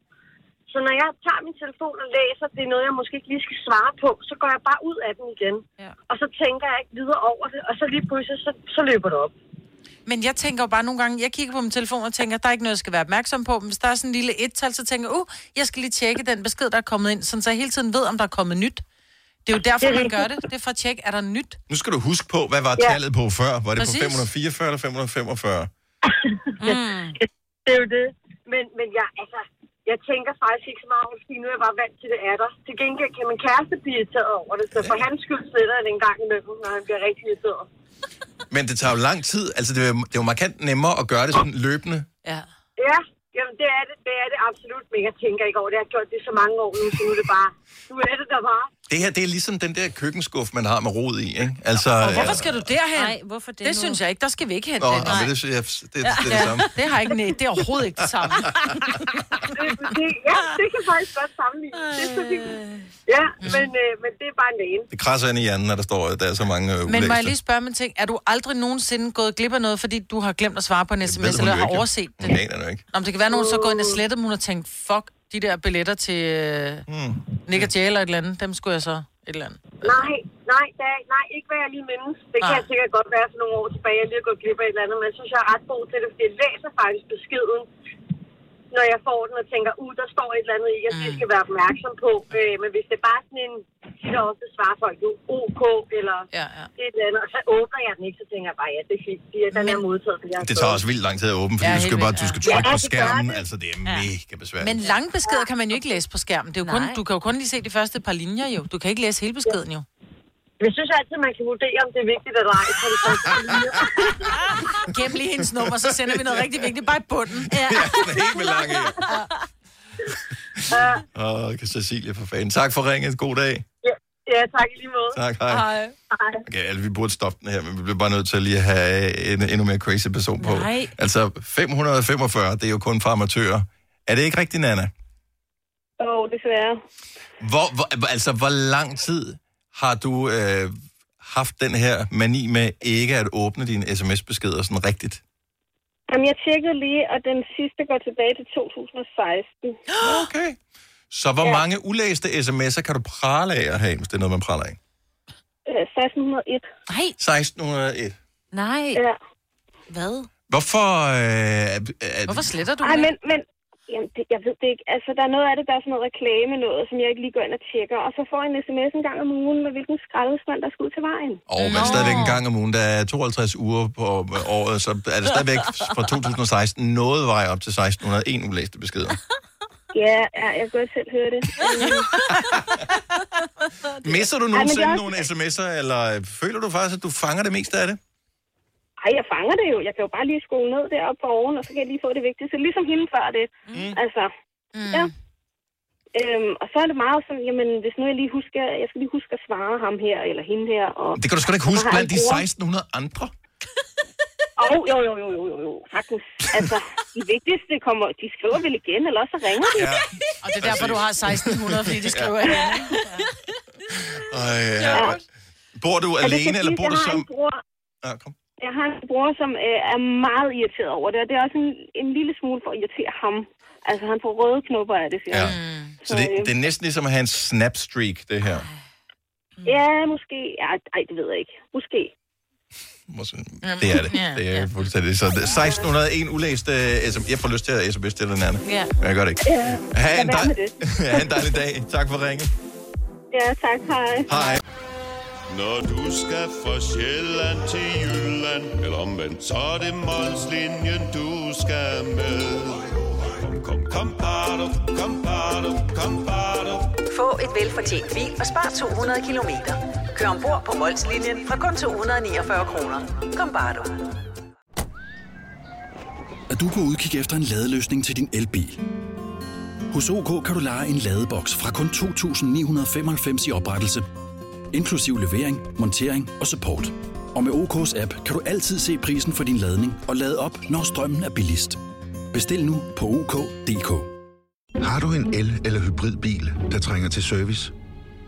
[SPEAKER 10] Så når jeg tager min telefon og læser, det er noget, jeg måske ikke lige skal svare på, så går jeg bare ud af den igen. Ja. Og så tænker jeg ikke videre over det, og så lige pludselig, så, så løber det op.
[SPEAKER 2] Men jeg tænker jo bare nogle gange, jeg kigger på min telefon og tænker, der er ikke noget, jeg skal være opmærksom på. Men hvis der er sådan en lille et-tal, så tænker jeg, uh, jeg skal lige tjekke den besked, der er kommet ind, sådan så jeg hele tiden ved, om der er kommet nyt. Det er jo derfor,
[SPEAKER 10] Det er
[SPEAKER 2] man gør det.
[SPEAKER 10] rigtigt.
[SPEAKER 2] Det er for at tjekke, er der nyt?
[SPEAKER 1] Nu skal du huske på, hvad var
[SPEAKER 2] Ja.
[SPEAKER 1] tallet på før? Var det
[SPEAKER 10] Præcis.
[SPEAKER 1] på 544 eller 545?
[SPEAKER 10] Mm. det er jo det. Men, men jeg, altså, jeg tænker faktisk ikke så meget over det, fordi nu er jeg bare vant til, det er der. Til gengæld kan min kæreste blive irriteret over det, så for hans skyld sætter jeg det en gang imellem, når han bliver rigtig irriteret.
[SPEAKER 1] Men det tager jo lang tid. Altså, det er jo, det er jo markant nemmere at gøre det sådan løbende.
[SPEAKER 2] Ja.
[SPEAKER 10] Ja, jamen det er det, det er det absolut, men jeg tænker ikke over det. Jeg har gjort det så mange år nu, så nu er det bare, nu er det der bare.
[SPEAKER 1] Det her, det er ligesom den der køkkenskuff, man har med rod i, ikke? Altså,
[SPEAKER 2] Og hvorfor skal du derhen?
[SPEAKER 5] Nej, hvorfor det
[SPEAKER 2] Det
[SPEAKER 5] nu?
[SPEAKER 2] synes jeg ikke. Der skal vi ikke hen.
[SPEAKER 1] Nå,
[SPEAKER 2] Dennis.
[SPEAKER 1] nå, men det, synes jeg, det, det, det er det samme.
[SPEAKER 2] det har ikke, nej, det er overhovedet ikke det samme.
[SPEAKER 10] Det, ja, det kan faktisk godt sammenlignes. Det er fordi, ja, men, øh, men det er bare en vane.
[SPEAKER 1] Det krasser ind i hjernen, når der står, at der er så mange øh,
[SPEAKER 2] Men må jeg
[SPEAKER 1] ulæste.
[SPEAKER 2] lige spørge om en ting? Er du aldrig nogensinde gået glip af noget, fordi du har glemt at svare på en sms,
[SPEAKER 1] ved hun
[SPEAKER 2] eller
[SPEAKER 1] jo
[SPEAKER 2] har
[SPEAKER 1] ikke, jo.
[SPEAKER 2] overset det?
[SPEAKER 1] Hun aner det ikke.
[SPEAKER 2] Nå, men det kan være, at nogen så går ind og sletter dem, hun har tænkt, fuck, de der billetter til øh,
[SPEAKER 1] Hmm.
[SPEAKER 2] mm. Nick og Jay eller et eller andet, dem skulle jeg så et eller andet.
[SPEAKER 10] Nej, nej, da, nej, ikke hvad jeg lige mindes. Det kan
[SPEAKER 2] Nej.
[SPEAKER 10] jeg sikkert godt være for nogle år tilbage, jeg lige er gået glip af et eller andet, men jeg synes, jeg er ret god til det, fordi jeg læser faktisk beskeden, når jeg får den og tænker, uh, der står et eller andet i, jeg lige skal være opmærksom på. Øh, men hvis det er bare sådan en, tit og ofte svarer folk jo OK, eller ja, ja. et eller andet, og så åbner jeg den ikke, så tænker jeg bare, ja, det er fint, de er den her modtaget, den jeg har
[SPEAKER 1] Det tager
[SPEAKER 10] fået.
[SPEAKER 1] også vildt lang tid at åbne, fordi
[SPEAKER 10] Ja,
[SPEAKER 1] ja, du skal
[SPEAKER 10] helt
[SPEAKER 1] bare,
[SPEAKER 10] vildt,
[SPEAKER 1] du
[SPEAKER 10] ja.
[SPEAKER 1] skal
[SPEAKER 10] Ja,
[SPEAKER 1] trykke på
[SPEAKER 10] det gør
[SPEAKER 1] skærmen.
[SPEAKER 10] det.
[SPEAKER 1] Altså, det er
[SPEAKER 2] Ja.
[SPEAKER 1] mega besværligt.
[SPEAKER 2] Men lange beskeder kan man jo ikke læse på skærmen. Det er jo kun,
[SPEAKER 10] Nej.
[SPEAKER 2] du kan jo kun lige se de første par linjer jo. Du kan ikke læse hele beskeden jo.
[SPEAKER 10] Jeg synes altid, man kan vurdere, om det er vigtigt eller ej. for det første linje.
[SPEAKER 2] Gem lige hendes nummer, så sender vi noget rigtig vigtigt bare i bunden. Ja.
[SPEAKER 1] Helt med lange.
[SPEAKER 10] Øh,
[SPEAKER 1] Åh, Cecilie for fanden. Tak for ringet. God dag.
[SPEAKER 10] ja, ja, tak i lige måde.
[SPEAKER 1] Tak, hej. Hej.
[SPEAKER 10] Hej.
[SPEAKER 1] Okay, altså, vi burde stoppe den her, men vi bliver bare nødt til at lige at have en endnu mere crazy person på.
[SPEAKER 11] Nej.
[SPEAKER 1] Altså, 545, det er jo kun for amatører. Er det ikke rigtigt, Nana?
[SPEAKER 9] Åh, oh, desværre.
[SPEAKER 1] Hvor, hvor, altså, hvor lang tid har du øh, haft den her mani med ikke at åbne dine sms-beskeder sådan rigtigt?
[SPEAKER 9] Jamen, jeg tjekkede lige, og den sidste går tilbage til 2016.
[SPEAKER 1] Okay. Så hvor ja. mange ulæste sms'er kan du prale af at have, hvis det er noget, man praler af?
[SPEAKER 9] Øh, 1601.
[SPEAKER 5] Nej.
[SPEAKER 1] 1601.
[SPEAKER 5] Nej.
[SPEAKER 9] Ja.
[SPEAKER 5] Hvad?
[SPEAKER 1] Hvorfor... Øh, er, er,
[SPEAKER 9] Ej, men, men jamen, det, jeg ved det ikke. Altså, der er noget af det, der er sådan noget reklame noget, som jeg ikke lige går ind og tjekker. Og så får jeg en sms en gang om ugen med, hvilken skraldespand, der skal ud til vejen.
[SPEAKER 1] Og men stadigvæk en gang om ugen, der er 52 uger på øh, året, så er det stadigvæk fra 2016 noget vej op til 1601 ulæste beskeder.
[SPEAKER 9] Ja, ja jeg kan godt selv høre det.
[SPEAKER 1] Misser du
[SPEAKER 9] Ej, men det er
[SPEAKER 1] nogensinde
[SPEAKER 9] også-
[SPEAKER 1] nogle sms'er, eller føler du faktisk, at du fanger det meste af det?
[SPEAKER 9] Ej, jeg fanger det jo. Jeg kan jo bare lige skrue ned deroppe på oven, og så kan jeg lige få det vigtigste. Ligesom hende før det. Mm. Altså, mm. ja. Øhm, og så er det meget sådan, jamen, hvis nu jeg lige husker, jeg skal lige huske at svare ham her, eller hende her. Og,
[SPEAKER 1] Det kan du sgu da ikke
[SPEAKER 9] og så
[SPEAKER 1] huske
[SPEAKER 9] har jeg
[SPEAKER 1] blandt de
[SPEAKER 9] en bror.
[SPEAKER 1] 1600 andre.
[SPEAKER 9] Åh, jo, jo, jo, jo, jo, jo, sagtens. Altså, de vigtigste kommer, de skriver vel igen, eller også så ringer de.
[SPEAKER 1] Ja.
[SPEAKER 2] Og det er derfor, du har 1600, fordi de skriver ja.
[SPEAKER 1] Ej, ja. Bor
[SPEAKER 9] Og
[SPEAKER 1] du
[SPEAKER 9] det skal
[SPEAKER 1] alene, eller
[SPEAKER 9] siges,
[SPEAKER 1] bor du
[SPEAKER 9] jeg har
[SPEAKER 1] som...
[SPEAKER 9] en Bror,
[SPEAKER 1] Ja, kom.
[SPEAKER 9] jeg har en bror, som øh, er meget irriteret over det, og det er også en, en lille smule for at irritere ham. Altså, han får røde knopper af det, siger
[SPEAKER 1] Ja.
[SPEAKER 9] han.
[SPEAKER 1] Så det,
[SPEAKER 9] øh,
[SPEAKER 1] det er næsten ligesom at have en snapstreak, det her.
[SPEAKER 9] Ja, måske. Ja, ej, det ved jeg ikke. Måske.
[SPEAKER 1] Det er det. Det er fuldstændig. Så 1601 ulæste sms. øh, Jeg får lyst til at sms til den anden.
[SPEAKER 9] Ja.
[SPEAKER 1] Men jeg gør det ikke.
[SPEAKER 9] Ja,
[SPEAKER 1] Ha' en,
[SPEAKER 9] lad være med
[SPEAKER 1] dej- ha en dejlig dag. Tak for ringet.
[SPEAKER 9] Ja, tak. Hej.
[SPEAKER 1] Hej.
[SPEAKER 18] Når du skal fra Sjælland til Jylland Eller omvendt, så er det Molslinjen, du skal med Kom, kom, kom, bado, kom, bado, kom, bado.
[SPEAKER 3] Få et velfortjent bil og spar 200 kilometer. Kør ombord på Molslinjen fra kun 249 kroner. Kom bare du.
[SPEAKER 19] Er du på udkig efter en ladeløsning til din elbil? Hos OK kan du lege en ladeboks fra kun 2.995 i oprettelse, inklusiv levering, montering og support. Og med OK's app kan du altid se prisen for din ladning og lade op, når strømmen er billigst. Bestil nu på OK.dk.
[SPEAKER 20] Har du en el- eller hybridbil, der trænger til service?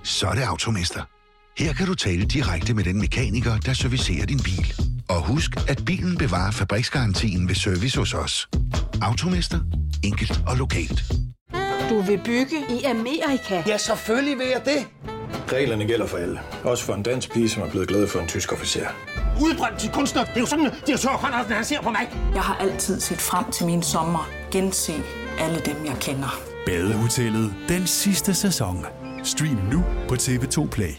[SPEAKER 20] Så er det Automester. Her kan du tale direkte med den mekaniker, der servicerer din bil. Og husk, at bilen bevarer fabriksgarantien ved service hos os. Automester. Enkelt og lokalt.
[SPEAKER 21] Du vil bygge i Amerika? Ja, selvfølgelig vil jeg det.
[SPEAKER 22] Reglerne gælder for alle. Også for en dansk pige, som er blevet glad for en tysk officer.
[SPEAKER 23] Udbrændt til kunstner. Det er jo sådan, at de har tørt, Conradsen, han ser på mig. Jeg har altid set frem til min sommer. Gense alle dem, jeg kender.
[SPEAKER 24] Badehotellet den sidste sæson. Stream nu på TV2 Play.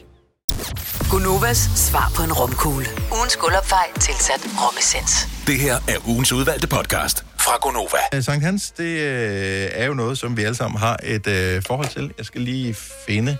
[SPEAKER 14] Gunovas svar på en romkugle. Ugens guldopfej tilsat romessens.
[SPEAKER 4] Det her er ugens udvalgte podcast fra Gonova.
[SPEAKER 1] Øh, Sankt Hans, det øh, er jo noget, som vi alle sammen har et øh, forhold til. Jeg skal lige finde...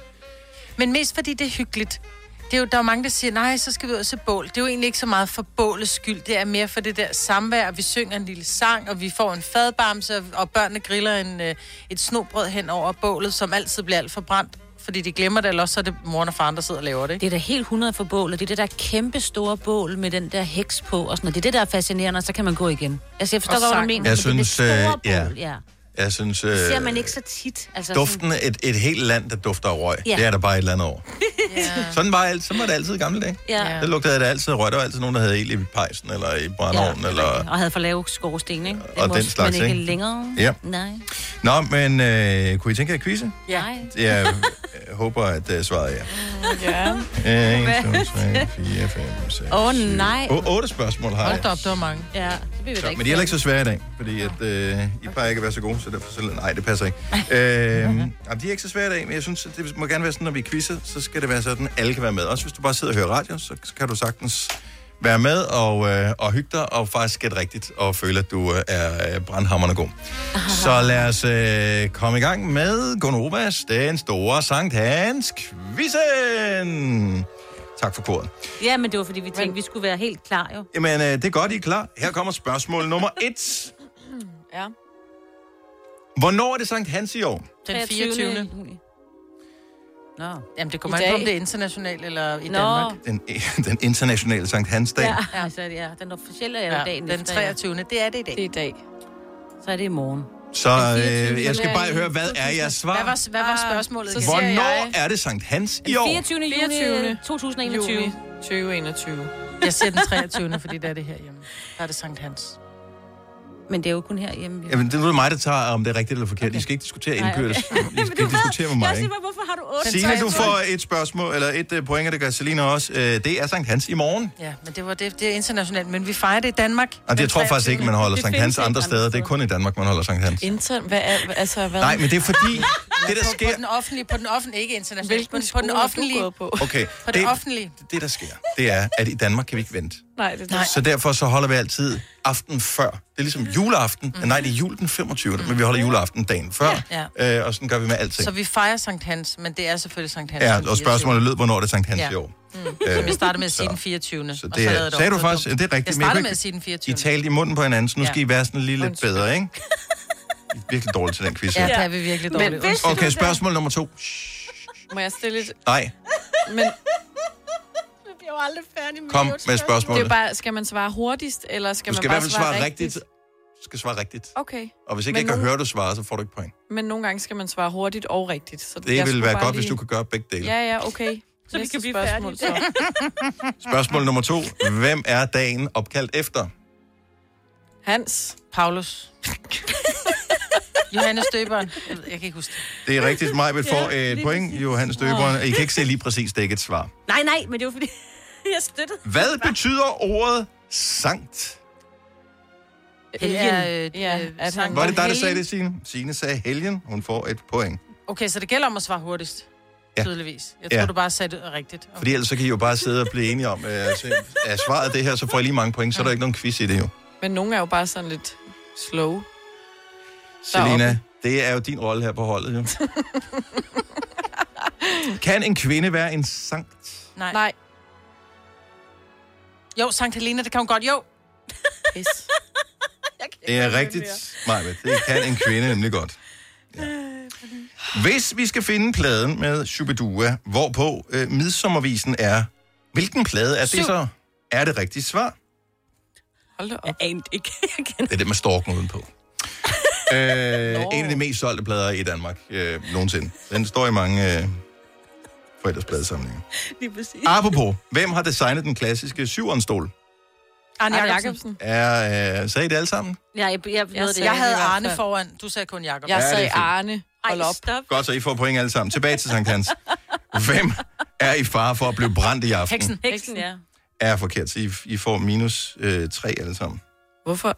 [SPEAKER 2] Men mest fordi det er hyggeligt. Det er jo, der er jo mange, der siger, nej, så skal vi ud og se bål. Det er jo egentlig ikke så meget for bålets skyld. Det er mere for det der samvær, og vi synger en lille sang, og vi får en fadbamse, og børnene griller en, øh, et snobrød hen over bålet, som altid bliver alt for brændt, fordi de glemmer det, eller også så er det moren og faren, der sidder og laver det.
[SPEAKER 5] Det er da helt 100 for bålet. Det er det der kæmpe store bål med den der heks på og sådan noget. Det er det, der er fascinerende, og så kan man gå igen. Altså, jeg forstår
[SPEAKER 2] Og
[SPEAKER 5] godt, hvad du
[SPEAKER 2] sangen.
[SPEAKER 5] mener.
[SPEAKER 1] Jeg
[SPEAKER 5] for det er
[SPEAKER 1] synes,
[SPEAKER 5] det
[SPEAKER 1] øh,
[SPEAKER 5] store
[SPEAKER 1] ja.
[SPEAKER 5] bål, ja.
[SPEAKER 1] Jeg synes, øh,
[SPEAKER 5] Det ser man ikke så tit. Altså,
[SPEAKER 1] duften af et, et helt land, der dufter af røg.
[SPEAKER 5] Ja.
[SPEAKER 1] Det er der bare et eller andet over. Sådan var, alt, sådan var det altid i gamle dage.
[SPEAKER 5] Sådan, ja.
[SPEAKER 1] Der lugtede det altid af røg. Der var altid nogen, der havde ild i pejsen, eller i brændeovnen, ja, eller...
[SPEAKER 5] Og havde for lave skorsten, ikke? Den
[SPEAKER 1] Og
[SPEAKER 5] må
[SPEAKER 1] den slags,
[SPEAKER 5] man ikke,
[SPEAKER 1] ikke?
[SPEAKER 5] længere.
[SPEAKER 1] Ja.
[SPEAKER 5] Nej.
[SPEAKER 1] Nå, men øh, kunne I tænke jer at quizze?
[SPEAKER 5] Ja.
[SPEAKER 1] Jeg øh, håber, at øh, svaret er ja.
[SPEAKER 2] Ja.
[SPEAKER 1] 1, 2, 3, 4, 5, 6,
[SPEAKER 5] Åh, nej.
[SPEAKER 1] 8 spørgsmål har jeg.
[SPEAKER 2] Hold da op, det var mange.
[SPEAKER 5] Ja, så bliver vi da
[SPEAKER 1] Så,
[SPEAKER 5] ikke
[SPEAKER 1] men de er heller ikke så svære i dag, fordi at, øh, I plejer ikke at være så gode, så derfor så, nej, det passer ikke. Øh, jamen, de er ikke så svære i dag, men jeg synes, at det må gerne være sådan, når vi quizzer, så skal det være sådan, at alle kan være med. Også hvis du bare sidder og hører radio, så, så kan du sagtens være med og, øh, og hygge dig, og faktisk gætte rigtigt, og føle, at du øh, er øh, brandhammerende god. Så lad os øh, komme i gang med Gonovas, den store Sankt Hans quizzen. Tak for koden.
[SPEAKER 5] Ja, men det var fordi, vi tænkte, vi skulle være helt klar jo.
[SPEAKER 1] Jamen, øh, det er godt, I er klar. Her kommer spørgsmål nummer et.
[SPEAKER 6] Ja.
[SPEAKER 1] Hvornår er det Sankt Hans i år?
[SPEAKER 2] Den 24.
[SPEAKER 5] juni. Nå.
[SPEAKER 2] Jamen, det kommer
[SPEAKER 5] I
[SPEAKER 2] an på, om
[SPEAKER 5] dag.
[SPEAKER 2] det er internationalt eller i
[SPEAKER 5] Nå.
[SPEAKER 2] Danmark.
[SPEAKER 1] Den, den internationale Sankt Hans dag.
[SPEAKER 5] Ja,
[SPEAKER 1] Ja.
[SPEAKER 5] altså, ja, den officielle er jo
[SPEAKER 2] Ja,
[SPEAKER 5] dagen
[SPEAKER 2] den 23..
[SPEAKER 5] Det er det i dag. Det er
[SPEAKER 6] i dag.
[SPEAKER 5] Så er det i morgen.
[SPEAKER 1] Så øh, jeg skal bare høre, hvad er jeres
[SPEAKER 2] Hvad
[SPEAKER 1] svar?
[SPEAKER 2] var, hvad var spørgsmålet? igen?
[SPEAKER 1] Hvornår er det Sankt Hans i år?
[SPEAKER 5] 24. juni 2021.
[SPEAKER 2] Juni
[SPEAKER 6] 2021.
[SPEAKER 2] Jeg siger den 23. fordi der er det herhjemme. Der er det Sankt Hans.
[SPEAKER 5] Men det er jo kun herhjemme.
[SPEAKER 1] Jamen, det er vel mig, der tager, om det er rigtigt eller forkert. Okay. I skal ikke diskutere
[SPEAKER 5] Nej, okay.
[SPEAKER 1] indbyrdes. I skal ikke diskutere med mig, ikke?
[SPEAKER 5] hvorfor har du 8?
[SPEAKER 1] Signe, du får et spørgsmål, eller et øh, point, og det gør Selina også. Øh, Det er Sankt Hans i morgen.
[SPEAKER 2] Ja, men det var det, det er internationalt, men vi fejrer det i Danmark.
[SPEAKER 1] Og det
[SPEAKER 2] den
[SPEAKER 1] jeg tror faktisk ikke, man holder
[SPEAKER 2] 23..
[SPEAKER 1] Sankt Hans andre steder. Det er kun i Danmark, man holder Sankt Hans.
[SPEAKER 6] Intern, hvad er, altså, hvad?
[SPEAKER 1] Nej, men det er fordi, det der
[SPEAKER 2] På, på
[SPEAKER 1] sker...
[SPEAKER 2] den offentlige, på den offentlige, ikke internationalt.
[SPEAKER 6] Hvilken
[SPEAKER 2] på, på den
[SPEAKER 6] skole har du
[SPEAKER 2] offentlige.
[SPEAKER 6] gået på?
[SPEAKER 1] Okay,
[SPEAKER 2] På det,
[SPEAKER 1] det,
[SPEAKER 2] offentlige.
[SPEAKER 1] det der sker, det er, at i Danmark kan vi ikke vente.
[SPEAKER 6] Nej, det
[SPEAKER 1] Så derfor så holder vi altid aften før. Det er ligesom juleaften. Mm. Nej, det er jul den 25. Mm. Men vi holder juleaften dagen før.
[SPEAKER 2] Ja,
[SPEAKER 1] ja. Øh, og sådan gør vi med alting.
[SPEAKER 2] Så vi fejrer Sankt Hans, men det er selvfølgelig Sankt Hans. den
[SPEAKER 1] ja, og
[SPEAKER 2] 24..
[SPEAKER 1] spørgsmålet lød, hvornår er det Sankt Hans ja. i år? Øh,
[SPEAKER 2] Mm. Som jeg startede med at sige den 24.
[SPEAKER 1] Så det er, sagde du faktisk, ja, det er rigtigt.
[SPEAKER 2] Jeg
[SPEAKER 1] men kunne
[SPEAKER 2] startede med
[SPEAKER 1] ikke-
[SPEAKER 2] at sige den 24.
[SPEAKER 1] I talte i munden på hinanden, så nu
[SPEAKER 2] Ja.
[SPEAKER 1] skal I være sådan lige lidt bedre, ikke? I er virkelig dårligt til den quiz.
[SPEAKER 2] Ja,
[SPEAKER 1] her.
[SPEAKER 2] det er vi virkelig
[SPEAKER 6] Men
[SPEAKER 2] dårlige.
[SPEAKER 6] vidste
[SPEAKER 1] Okay,
[SPEAKER 6] du
[SPEAKER 1] spørgsmål nummer to.
[SPEAKER 6] Må jeg stille et...
[SPEAKER 1] Nej,
[SPEAKER 6] Men...
[SPEAKER 5] Jeg bliver jo aldrig færdig med
[SPEAKER 1] Kom med spørgsmålet.
[SPEAKER 6] Det er bare, skal man svare hurtigst, eller skal
[SPEAKER 1] du skal i
[SPEAKER 6] man bare
[SPEAKER 1] hvert fald
[SPEAKER 6] svare,
[SPEAKER 1] svare rigtigt. Du skal svare rigtigt.
[SPEAKER 6] Okay.
[SPEAKER 1] Og hvis ikke
[SPEAKER 6] Men
[SPEAKER 1] jeg kan
[SPEAKER 6] nogen-
[SPEAKER 1] høre, du svarer, så får du ikke point.
[SPEAKER 6] Men nogle gange skal man svare hurtigt og rigtigt. Så
[SPEAKER 1] Det
[SPEAKER 6] jeg
[SPEAKER 1] ville
[SPEAKER 6] skulle
[SPEAKER 1] være
[SPEAKER 6] bare
[SPEAKER 1] godt, hvis du kan gøre begge dele.
[SPEAKER 6] Ja, ja, okay. Så vi kan blive spørgsmål, så.
[SPEAKER 1] Spørgsmål nummer to. Hvem er dagen opkaldt efter?
[SPEAKER 6] Hans.
[SPEAKER 2] Paulus. Johannes Døberen. Jeg, ved- jeg kan ikke huske det.
[SPEAKER 1] Det er rigtigt, mig vil få
[SPEAKER 5] Ja,
[SPEAKER 1] et
[SPEAKER 5] lige
[SPEAKER 1] point, Johannes Døberen. I kan ikke se lige præcis dækket svar.
[SPEAKER 5] Nej, nej, men det var fordi, jeg støttede.
[SPEAKER 1] Hvad betyder ordet sankt?
[SPEAKER 2] Ja, øh, ja, at han
[SPEAKER 1] Var det dig, der sagde det, Signe? Signe sagde helgen. Hun får et point.
[SPEAKER 2] Okay, så det gælder om at svare hurtigst.
[SPEAKER 1] Ja.
[SPEAKER 2] Ja. Tydeligvis. Jeg
[SPEAKER 1] Ja.
[SPEAKER 2] tror, du bare sagde det rigtigt.
[SPEAKER 1] Fordi ellers så kan I jo bare sidde og blive enige om, øh, altså, er svaret det her, så får I lige mange point. Så er der ikke nogen quiz i det jo.
[SPEAKER 6] Men nogle er jo bare sådan lidt slow.
[SPEAKER 1] Selina, det er jo din rolle her på holdet jo. Kan en kvinde være en sankt?
[SPEAKER 2] Nej. Nej. Jo, Sankt Helena, det kan hun godt. Jo.
[SPEAKER 6] Yes.
[SPEAKER 1] Det er rigtigt, Maja. Det kan en kvinde nemlig godt.
[SPEAKER 2] Øh,
[SPEAKER 1] Ja. Hvis vi skal finde pladen med Shubidua, hvorpå øh, midsommervisen er, hvilken plade er det
[SPEAKER 5] Syv.
[SPEAKER 1] så? Er det rigtigt svar?
[SPEAKER 6] Hold da op.
[SPEAKER 5] Jeg anede ikke. Jeg kan-
[SPEAKER 1] Det er det med storken udenpå. øh, en af de mest solgte plader i Danmark øh, nogensinde. Den står i mange øh, forældres pladesamlinger.
[SPEAKER 5] Lige præcis.
[SPEAKER 1] Apropos, hvem har designet den klassiske syvåndstol?
[SPEAKER 2] Arne
[SPEAKER 5] Arne
[SPEAKER 2] Jacobsen.
[SPEAKER 1] Er, øh, sagde I det alle sammen?
[SPEAKER 5] Ja, jeg, jeg, jeg,
[SPEAKER 2] Jeg,
[SPEAKER 5] det,
[SPEAKER 2] jeg havde
[SPEAKER 5] i hvert
[SPEAKER 2] Arne
[SPEAKER 5] fald.
[SPEAKER 2] foran. Du sagde kun Jacob.
[SPEAKER 1] Ja, det er sagde fint.
[SPEAKER 6] Arne.
[SPEAKER 5] Hold op. Stop.
[SPEAKER 1] Godt, så I får point alle sammen. Tilbage til Sankt Hans. Hvem er i fare for at blive brændt i aften?
[SPEAKER 5] Heksen. Heksen, ja.
[SPEAKER 1] Er forkert, så I, I får minus øh, 3 alle sammen.
[SPEAKER 6] Hvorfor?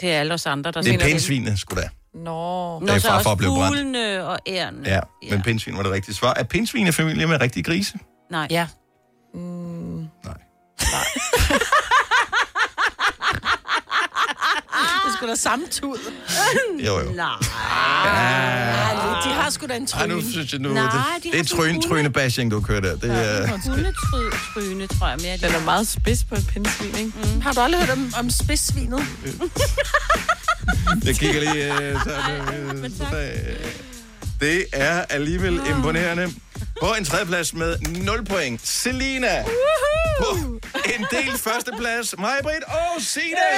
[SPEAKER 5] Det er alle os andre, der
[SPEAKER 1] det er pindsvinene, sgu da.
[SPEAKER 6] Nå.
[SPEAKER 1] Der er
[SPEAKER 5] så
[SPEAKER 1] far
[SPEAKER 5] også
[SPEAKER 1] for at blive brændt.
[SPEAKER 5] fuglene og æren.
[SPEAKER 1] Ja, men pindsvin var det rigtige svar. Er pindsvin en familie med rigtige grise?
[SPEAKER 5] Nej.
[SPEAKER 2] Ja. Det skulle da samme tud.
[SPEAKER 1] Jo, jo.
[SPEAKER 5] Nej.
[SPEAKER 2] Ej, de har sgu da en
[SPEAKER 1] Ej,
[SPEAKER 2] tryne.
[SPEAKER 1] nu synes jeg nu,
[SPEAKER 5] Nej,
[SPEAKER 1] det,
[SPEAKER 5] de
[SPEAKER 1] det er
[SPEAKER 5] har sådan
[SPEAKER 1] tryn,
[SPEAKER 5] hunde.
[SPEAKER 1] tryne bashing, du kører der. Det er,
[SPEAKER 5] Hundetryne, tror jeg mere.
[SPEAKER 6] Den er meget spids på et pindsvin, ikke?
[SPEAKER 2] Mm. Har du aldrig hørt om, om spidsvinet?
[SPEAKER 1] jeg kigger lige øh, sådan. Øh, sådan, øh. Det er alligevel imponerende. På en tredjeplads med 0 point. Selina. På en del førsteplads. Majbrit og Sina.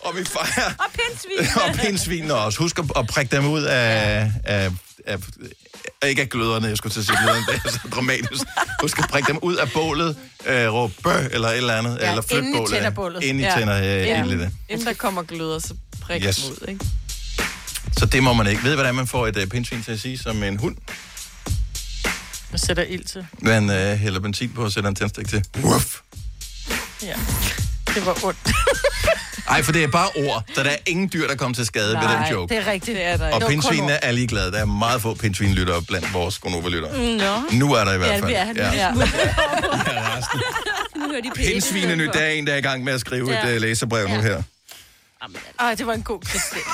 [SPEAKER 1] Og vi fejrer
[SPEAKER 5] Og pindsvin.
[SPEAKER 1] og pindsvinene også. Husk at, at prikke dem ud af, af, af, af... Ikke af gløderne, jeg skulle til at sige gløderne, det er så dramatisk. Husk at prikke dem ud af bålet, øh, råb bøh, eller et eller andet,
[SPEAKER 6] Ja,
[SPEAKER 1] eller flyt
[SPEAKER 6] inden I
[SPEAKER 1] bålet.
[SPEAKER 6] tænder bålet.
[SPEAKER 1] Inden I
[SPEAKER 6] Ja.
[SPEAKER 1] tænder øh,
[SPEAKER 6] Ja.
[SPEAKER 1] ilden i det.
[SPEAKER 6] Inden der kommer gløder, så prikke
[SPEAKER 1] Yes.
[SPEAKER 6] yes. mod, ikke?
[SPEAKER 1] Så det må man ikke. Ved I, hvordan man får et uh, pindsvin til at sige som en hund?
[SPEAKER 2] Man sætter ild til.
[SPEAKER 1] Man uh, hælder benzin på og sætter en tændstik til. Uff.
[SPEAKER 2] Ja. Det var ondt.
[SPEAKER 1] Ej, for det er bare ord, så der er ingen dyr, der kommer til skade ved den joke.
[SPEAKER 2] det er rigtigt. Det er der
[SPEAKER 1] Og pindsvinene er ligeglade. Der er meget få pindsvinlyttere blandt vores gonova-lyttere.
[SPEAKER 5] Nå.
[SPEAKER 1] Nu er der i hvert fald.
[SPEAKER 5] Ja, det er,
[SPEAKER 1] Ja.
[SPEAKER 5] ja. nu hører de P1.
[SPEAKER 1] Pindsvinene, der er en, der er i gang med at skrive
[SPEAKER 5] Ja.
[SPEAKER 1] et uh, læserbrev nu her.
[SPEAKER 2] Ej, det var en god kiste.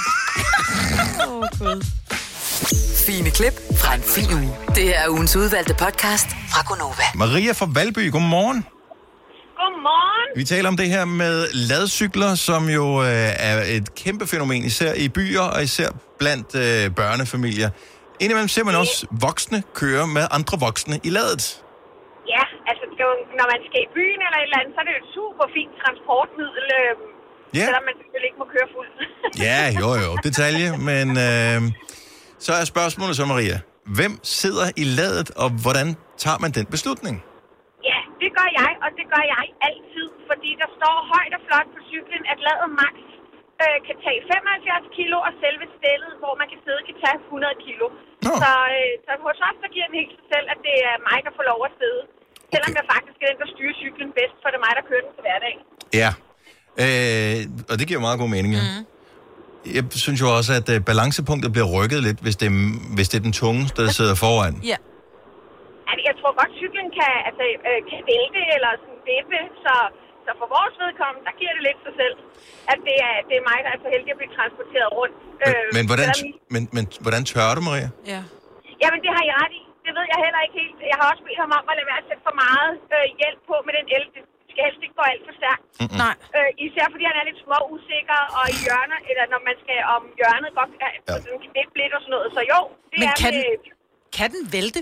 [SPEAKER 3] Åh, oh, Gud.
[SPEAKER 14] Fine klip fra en fin uge. Det er ugens udvalgte podcast fra Gonova.
[SPEAKER 1] Maria fra Valby, godmorgen.
[SPEAKER 10] Godmorgen.
[SPEAKER 1] Vi taler om det her med ladcykler, som jo øh, er et kæmpe fænomen, især i byer og især blandt øh, børnefamilier. Indimellem ser man også voksne køre med andre voksne i ladet.
[SPEAKER 10] Ja, altså det er jo, når man skal i byen eller et eller andet, så er det jo et super fint transportmiddel, øh,
[SPEAKER 1] Ja.
[SPEAKER 10] selvom man selvfølgelig ikke må køre fuldt.
[SPEAKER 1] Ja, jo jo, detalje, men øh, så er spørgsmålet så, Maria. Hvem sidder i ladet, og hvordan tager man den beslutning?
[SPEAKER 10] ja, det gør jeg, og det gør jeg altid, fordi der står højt og flot på cyklen, at ladet max øh, kan tage 75 kilo, og selve stillet, hvor man kan sidde, kan tage 100 kilo. Så, øh, så hos os, så giver den helt sig selv, at det er mig, der får lov at sidde. Selvom jeg faktisk er den, der styrer cyklen bedst, for det er mig, der kører den til hverdag.
[SPEAKER 1] Ja. Øh, og det giver meget god mening, ja. Mm. Jeg synes jo også, at øh, balancepunktet bliver rykket lidt, hvis det, er, hvis det er den tungeste, der sidder foran.
[SPEAKER 10] Ja. Altså, jeg tror godt, cyklen kan, altså, øh, kan vælte eller sådan vippe, så, så for vores vedkommende, der giver det lidt sig selv, at det er, det er mig, der er så heldig at blive transporteret rundt. Øh,
[SPEAKER 1] Men hvordan,
[SPEAKER 10] selvom-
[SPEAKER 1] men, men hvordan tør du, Maria?
[SPEAKER 10] Ja. Jamen, det har jeg ret i. Det ved jeg heller ikke helt. Jeg har også bedt ham om at lade være at sætte for meget øh, hjælp på med den el. Det skal helst ikke gå alt for stærkt.
[SPEAKER 1] Mm-mm.
[SPEAKER 2] Nej.
[SPEAKER 10] Øh, især fordi han er lidt små usikker, og i hjørner, eller når man skal om hjørnet, godt, ja. den knippe lidt og sådan noget. Så jo, det
[SPEAKER 2] Men
[SPEAKER 10] er
[SPEAKER 2] kan
[SPEAKER 10] med,
[SPEAKER 2] Kan den vælte?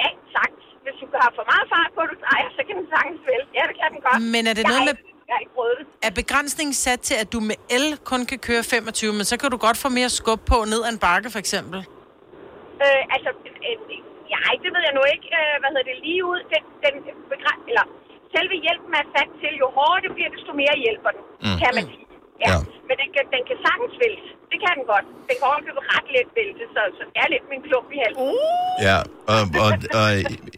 [SPEAKER 10] Ja, sagt. Hvis du har for meget fart på, du drejer, så kan den sagtens vælte. Ja, det kan den godt.
[SPEAKER 2] Men er det
[SPEAKER 10] jeg
[SPEAKER 2] noget med...
[SPEAKER 10] har Ikke, jeg har ikke prøvet det.
[SPEAKER 2] Er begrænsningen sat til, at du med el kun kan køre 25, men så kan du godt få mere skub på ned ad en bakke, for eksempel?
[SPEAKER 10] Øh, altså, øh, ja, det ved jeg nu ikke, øh, hvad hedder det, lige ud. Den, den begræn, eller, selve hjælpen er sat til, jo hårdere det bliver, desto mere hjælper den,
[SPEAKER 1] Mm.
[SPEAKER 10] mm. kan man sige. Ja. ja. Men den kan, den kan sagtens vælte. Det kan den godt. Den kan ovenkøbe ret let vælte, så, så det er lidt med en klump i halsen. Uh.
[SPEAKER 1] Ja, og, og, og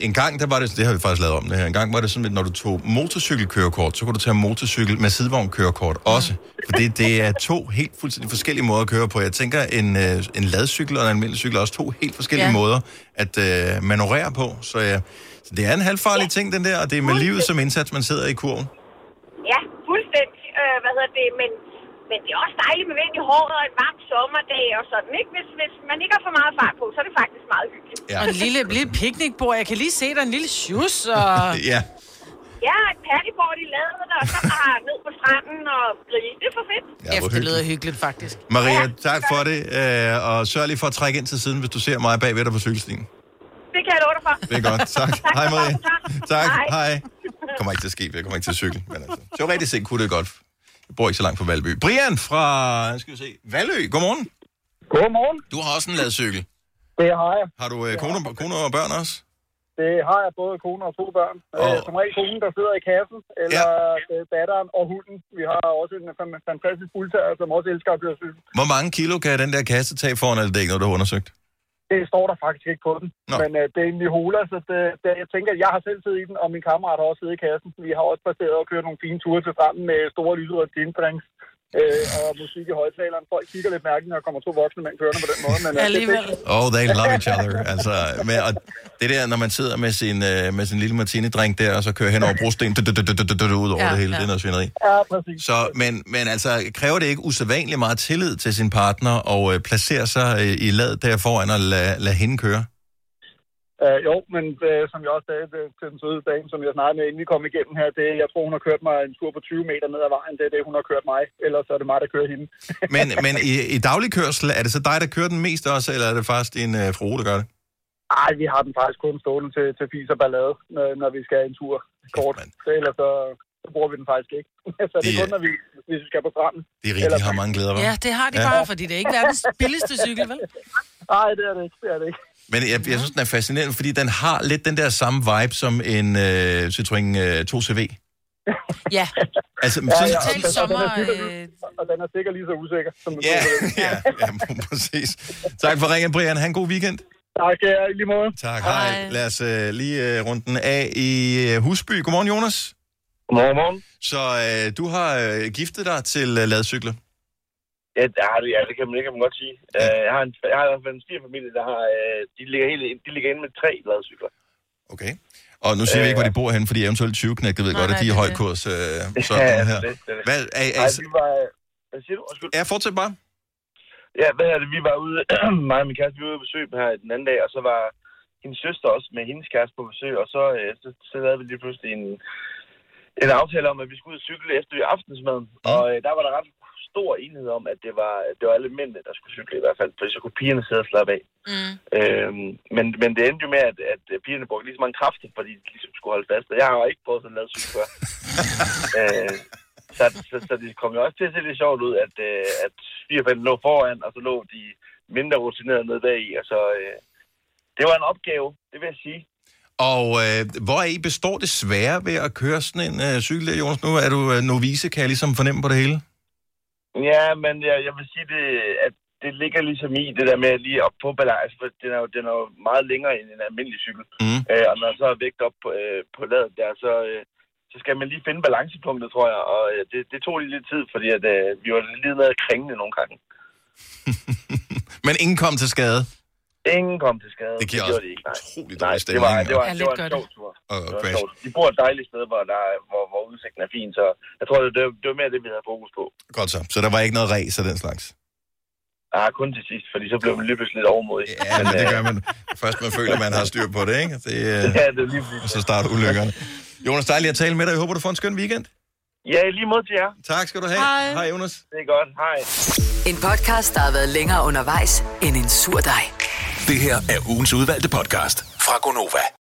[SPEAKER 1] en gang, der var det, det har vi faktisk lavet om det her, en gang var det sådan, at når du tog motorcykelkørekort, så kunne du tage motorcykel med sidevognkørekort også. Fordi det er to helt fuldstændig forskellige måder at køre på. Jeg tænker, en, øh, en ladcykel og en almindelig cykel er også to helt forskellige
[SPEAKER 25] Ja.
[SPEAKER 1] ja. måder at øh, manøvrere på. Så, øh, så det er en halvfarlig ja. ting, den der, og det er med livet som indsats, man sidder i kurven.
[SPEAKER 10] Ja, fuldstændig. Øh, hvad hedder det? Men, men det er også dejligt med vind i håret og en varm sommerdag og sådan, ikke? Hvis, hvis man ikke har for meget fart på, så er det faktisk meget hyggeligt.
[SPEAKER 1] Ja.
[SPEAKER 2] Og en lille, lille picnicbord. Jeg kan lige se, der er en lille sjus, og...
[SPEAKER 1] Ja.
[SPEAKER 10] Ja, et paddyboard i ladet, og så bare ned på stranden og grille. Det er for fedt.
[SPEAKER 1] Ja, hvor
[SPEAKER 2] det lyder hyggeligt, faktisk.
[SPEAKER 1] Maria, tak for det, øh, og sørg lige for at trække ind til siden, hvis du ser mig bagved dig på cykelstien.
[SPEAKER 10] Det kan jeg love dig for.
[SPEAKER 1] Det er godt, tak. Hej Maria. Tak,
[SPEAKER 10] Hej.
[SPEAKER 1] hej. Kommer ikke til at ske, jeg kommer ikke til at cykle. Men altså, teoretisk set kunne det godt. Jeg bor ikke så langt fra Valby. Brian fra, nu skal vi se, Valø, godmorgen.
[SPEAKER 16] Godmorgen.
[SPEAKER 1] Du har også en ladcykel.
[SPEAKER 16] Det har jeg.
[SPEAKER 1] Har du øh, kone, kone og børn også?
[SPEAKER 16] Det har jeg både kone og to børn.
[SPEAKER 1] Åh.
[SPEAKER 16] Oh. Som regel konen, der sidder i kassen, eller ja. datteren og hunden. Vi har også en fan- fantastisk fuldtager, som også elsker at blive syg.
[SPEAKER 1] Hvor mange kilo kan den der kasse tage foran, eller det er ikke noget, du har undersøgt?
[SPEAKER 16] Det står der faktisk ikke på den.
[SPEAKER 1] Nå.
[SPEAKER 16] Men øh, det er en Nihola, så det, det, jeg tænker, at jeg har selv siddet i den, og min kammerat har også siddet i kassen. Vi har også passeret og kørt nogle fine ture til stranden med store lyserøde jeansdrinks. Øh, og musik i højtaleren. Folk kigger lidt mærkeligt, når der kommer to voksne mænd kørende på den måde. Men, øh, det- det-
[SPEAKER 1] Oh, they love each other. Altså, med, og det der, når man sidder med sin, øh, med sin lille martini-drink der, og så kører hen over brosten, dut, dut, dut, dut, dut, dut, ud over
[SPEAKER 16] Ja,
[SPEAKER 1] det hele,
[SPEAKER 16] ja.
[SPEAKER 1] det er noget svineri.
[SPEAKER 16] Ja, præcis.
[SPEAKER 1] Så, men, men altså, kræver det ikke usædvanligt meget tillid til sin partner, og øh, placere sig øh, i lad der foran, og lade lad hende køre?
[SPEAKER 16] Uh, jo, men uh, som jeg også sagde øh, til den søde dame, som jeg snakkede med, inden vi kom igennem her, det, jeg tror, hun har kørt mig en tur på 20 meter ned ad vejen. Det er det, hun har kørt mig. Ellers er det mig, der kører hende.
[SPEAKER 1] Men, men i, i daglig kørsel, er det så dig, der kører den mest også, eller er det faktisk din øh, frue, der gør det?
[SPEAKER 16] Ej, vi har den faktisk kun stående til, til fis og ballade, når, når vi skal en tur kort. Så ellers så, så bruger vi den faktisk ikke. så det er
[SPEAKER 1] Det-
[SPEAKER 16] kun, når vi, hvis vi skal på stranden.
[SPEAKER 1] Det er rigtigt, de har mange glæder, hva'?
[SPEAKER 2] Ja, det har de ja. bare, fordi det er ikke verdens billigste cykel, vel?
[SPEAKER 16] Nej, det er det ikke. Det er det ikke.
[SPEAKER 1] Men jeg, jeg synes, den er fascinerende, fordi den har lidt den der samme vibe som en øh, Citroën øh, 2CV.
[SPEAKER 2] Ja. øh,
[SPEAKER 1] Altså,
[SPEAKER 16] Ja,
[SPEAKER 1] sådan-
[SPEAKER 16] ja, og, den, og, den er sikkert, lige- og den er sikkert lige så usikker, som den
[SPEAKER 1] Ja,
[SPEAKER 16] yeah.
[SPEAKER 1] ja, ja, præcis. Tak for ringen, Brian. Han god weekend.
[SPEAKER 16] Tak, ja, i lige måde.
[SPEAKER 1] Tak, hej. hej. Lad os øh, lige øh, runde den af i øh, Husby. Godmorgen, Jonas.
[SPEAKER 25] Godmorgen, morgen.
[SPEAKER 1] Så øh, du har øh, giftet dig til øh, ladcykler.
[SPEAKER 25] Ja, det, ja, det, ja, det kan man ikke kan man godt sige. Uh, jeg har en, jeg har i hvert fald en svigerfamilie, der har, uh, de, ligger hele, de ligger inde med tre ladcykler.
[SPEAKER 1] Okay. Og nu siger øh, vi ikke, hvor de bor henne, fordi eventuelt 20 knæk, ved nej, godt, at de er i høj kurs. Øh, sådan her.
[SPEAKER 25] det, det.
[SPEAKER 1] Hvad, er, er,
[SPEAKER 25] Ej, vi var, øh, hvad siger du? Undskyld.
[SPEAKER 1] Ja, fortsæt bare.
[SPEAKER 25] Ja, hvad er det? Vi var ude, mig og min kæreste, vi var ude på besøg her den anden dag, og så var hendes søster også med hendes kæreste på besøg, og så, øh, så, så lavede vi lige pludselig en, en aftale om, at vi skulle ud og cykle efter aftensmaden, mm. og øh, der var der ret stor enighed om, at det var, det var alle mændene, der skulle cykle i hvert fald, fordi så kunne pigerne sidde og slappe af.
[SPEAKER 11] Mm.
[SPEAKER 25] Øhm, men, men det endte jo med, at, at pigerne brugte lige så mange kræfter, fordi de ligesom skulle holde fast. Og jeg har jo ikke prøvet sådan noget cykel før. øh, så, så, så det kom jo også til at se lidt sjovt ud, at, øh, at svigerfælden lå foran, og så lå de mindre rutinerede nede bag i. Og så, øh, det var en opgave, det vil jeg sige.
[SPEAKER 1] Og øh, hvor er I består det svære ved at køre sådan en øh, cykel, der, Jonas? Nu er du øh, novice, kan jeg ligesom fornemme på det hele.
[SPEAKER 25] Ja, men jeg, jeg vil sige, det, at det ligger ligesom i det der med at lige op på balance, for den er, jo, den er jo meget længere end en almindelig cykel.
[SPEAKER 1] Mm.
[SPEAKER 25] Øh, og når så er vægt op på, øh, på ladet der, så, øh, så skal man lige finde balancepunktet, tror jeg. Og øh, det, det tog lige lidt tid, fordi at, øh, vi var lige nede kringende nogle gange.
[SPEAKER 1] Men ingen kom til skade.
[SPEAKER 25] Ingen kom til skade.
[SPEAKER 1] Det giver
[SPEAKER 25] gjorde
[SPEAKER 1] også
[SPEAKER 25] de ikke, nej.
[SPEAKER 1] utrolig
[SPEAKER 25] nej,
[SPEAKER 1] dårlig
[SPEAKER 25] det var,
[SPEAKER 1] stemning,
[SPEAKER 25] det var,
[SPEAKER 1] og-
[SPEAKER 25] det var en sjov tur.
[SPEAKER 1] Og
[SPEAKER 25] Det var
[SPEAKER 1] crash.
[SPEAKER 25] sjovt. De bor et dejligt sted, hvor, der, er- hvor, hvor udsigten er fin, så jeg tror, det, det, var- det var mere det, vi havde fokus på.
[SPEAKER 1] Godt så. Så der var ikke noget ræs af den slags.
[SPEAKER 25] Ah, kun til sidst, fordi så blev man lige pludselig lidt overmodig.
[SPEAKER 1] Ja, men
[SPEAKER 25] øh,
[SPEAKER 1] det gør man. Først man føler, man har styr på det, ikke? Det, øh,
[SPEAKER 25] Ja, det er lige
[SPEAKER 1] og så starter ulykkerne. Jonas, dejligt at tale med dig. Jeg håber, du får en skøn weekend.
[SPEAKER 25] Ja, lige mod til jer.
[SPEAKER 1] Tak skal du have.
[SPEAKER 25] Hej.
[SPEAKER 1] Hej Jonas.
[SPEAKER 25] Det er godt. Hej.
[SPEAKER 14] En podcast, der har været længere undervejs end en sur dej.
[SPEAKER 4] Det her er ugens udvalgte podcast fra Gonova.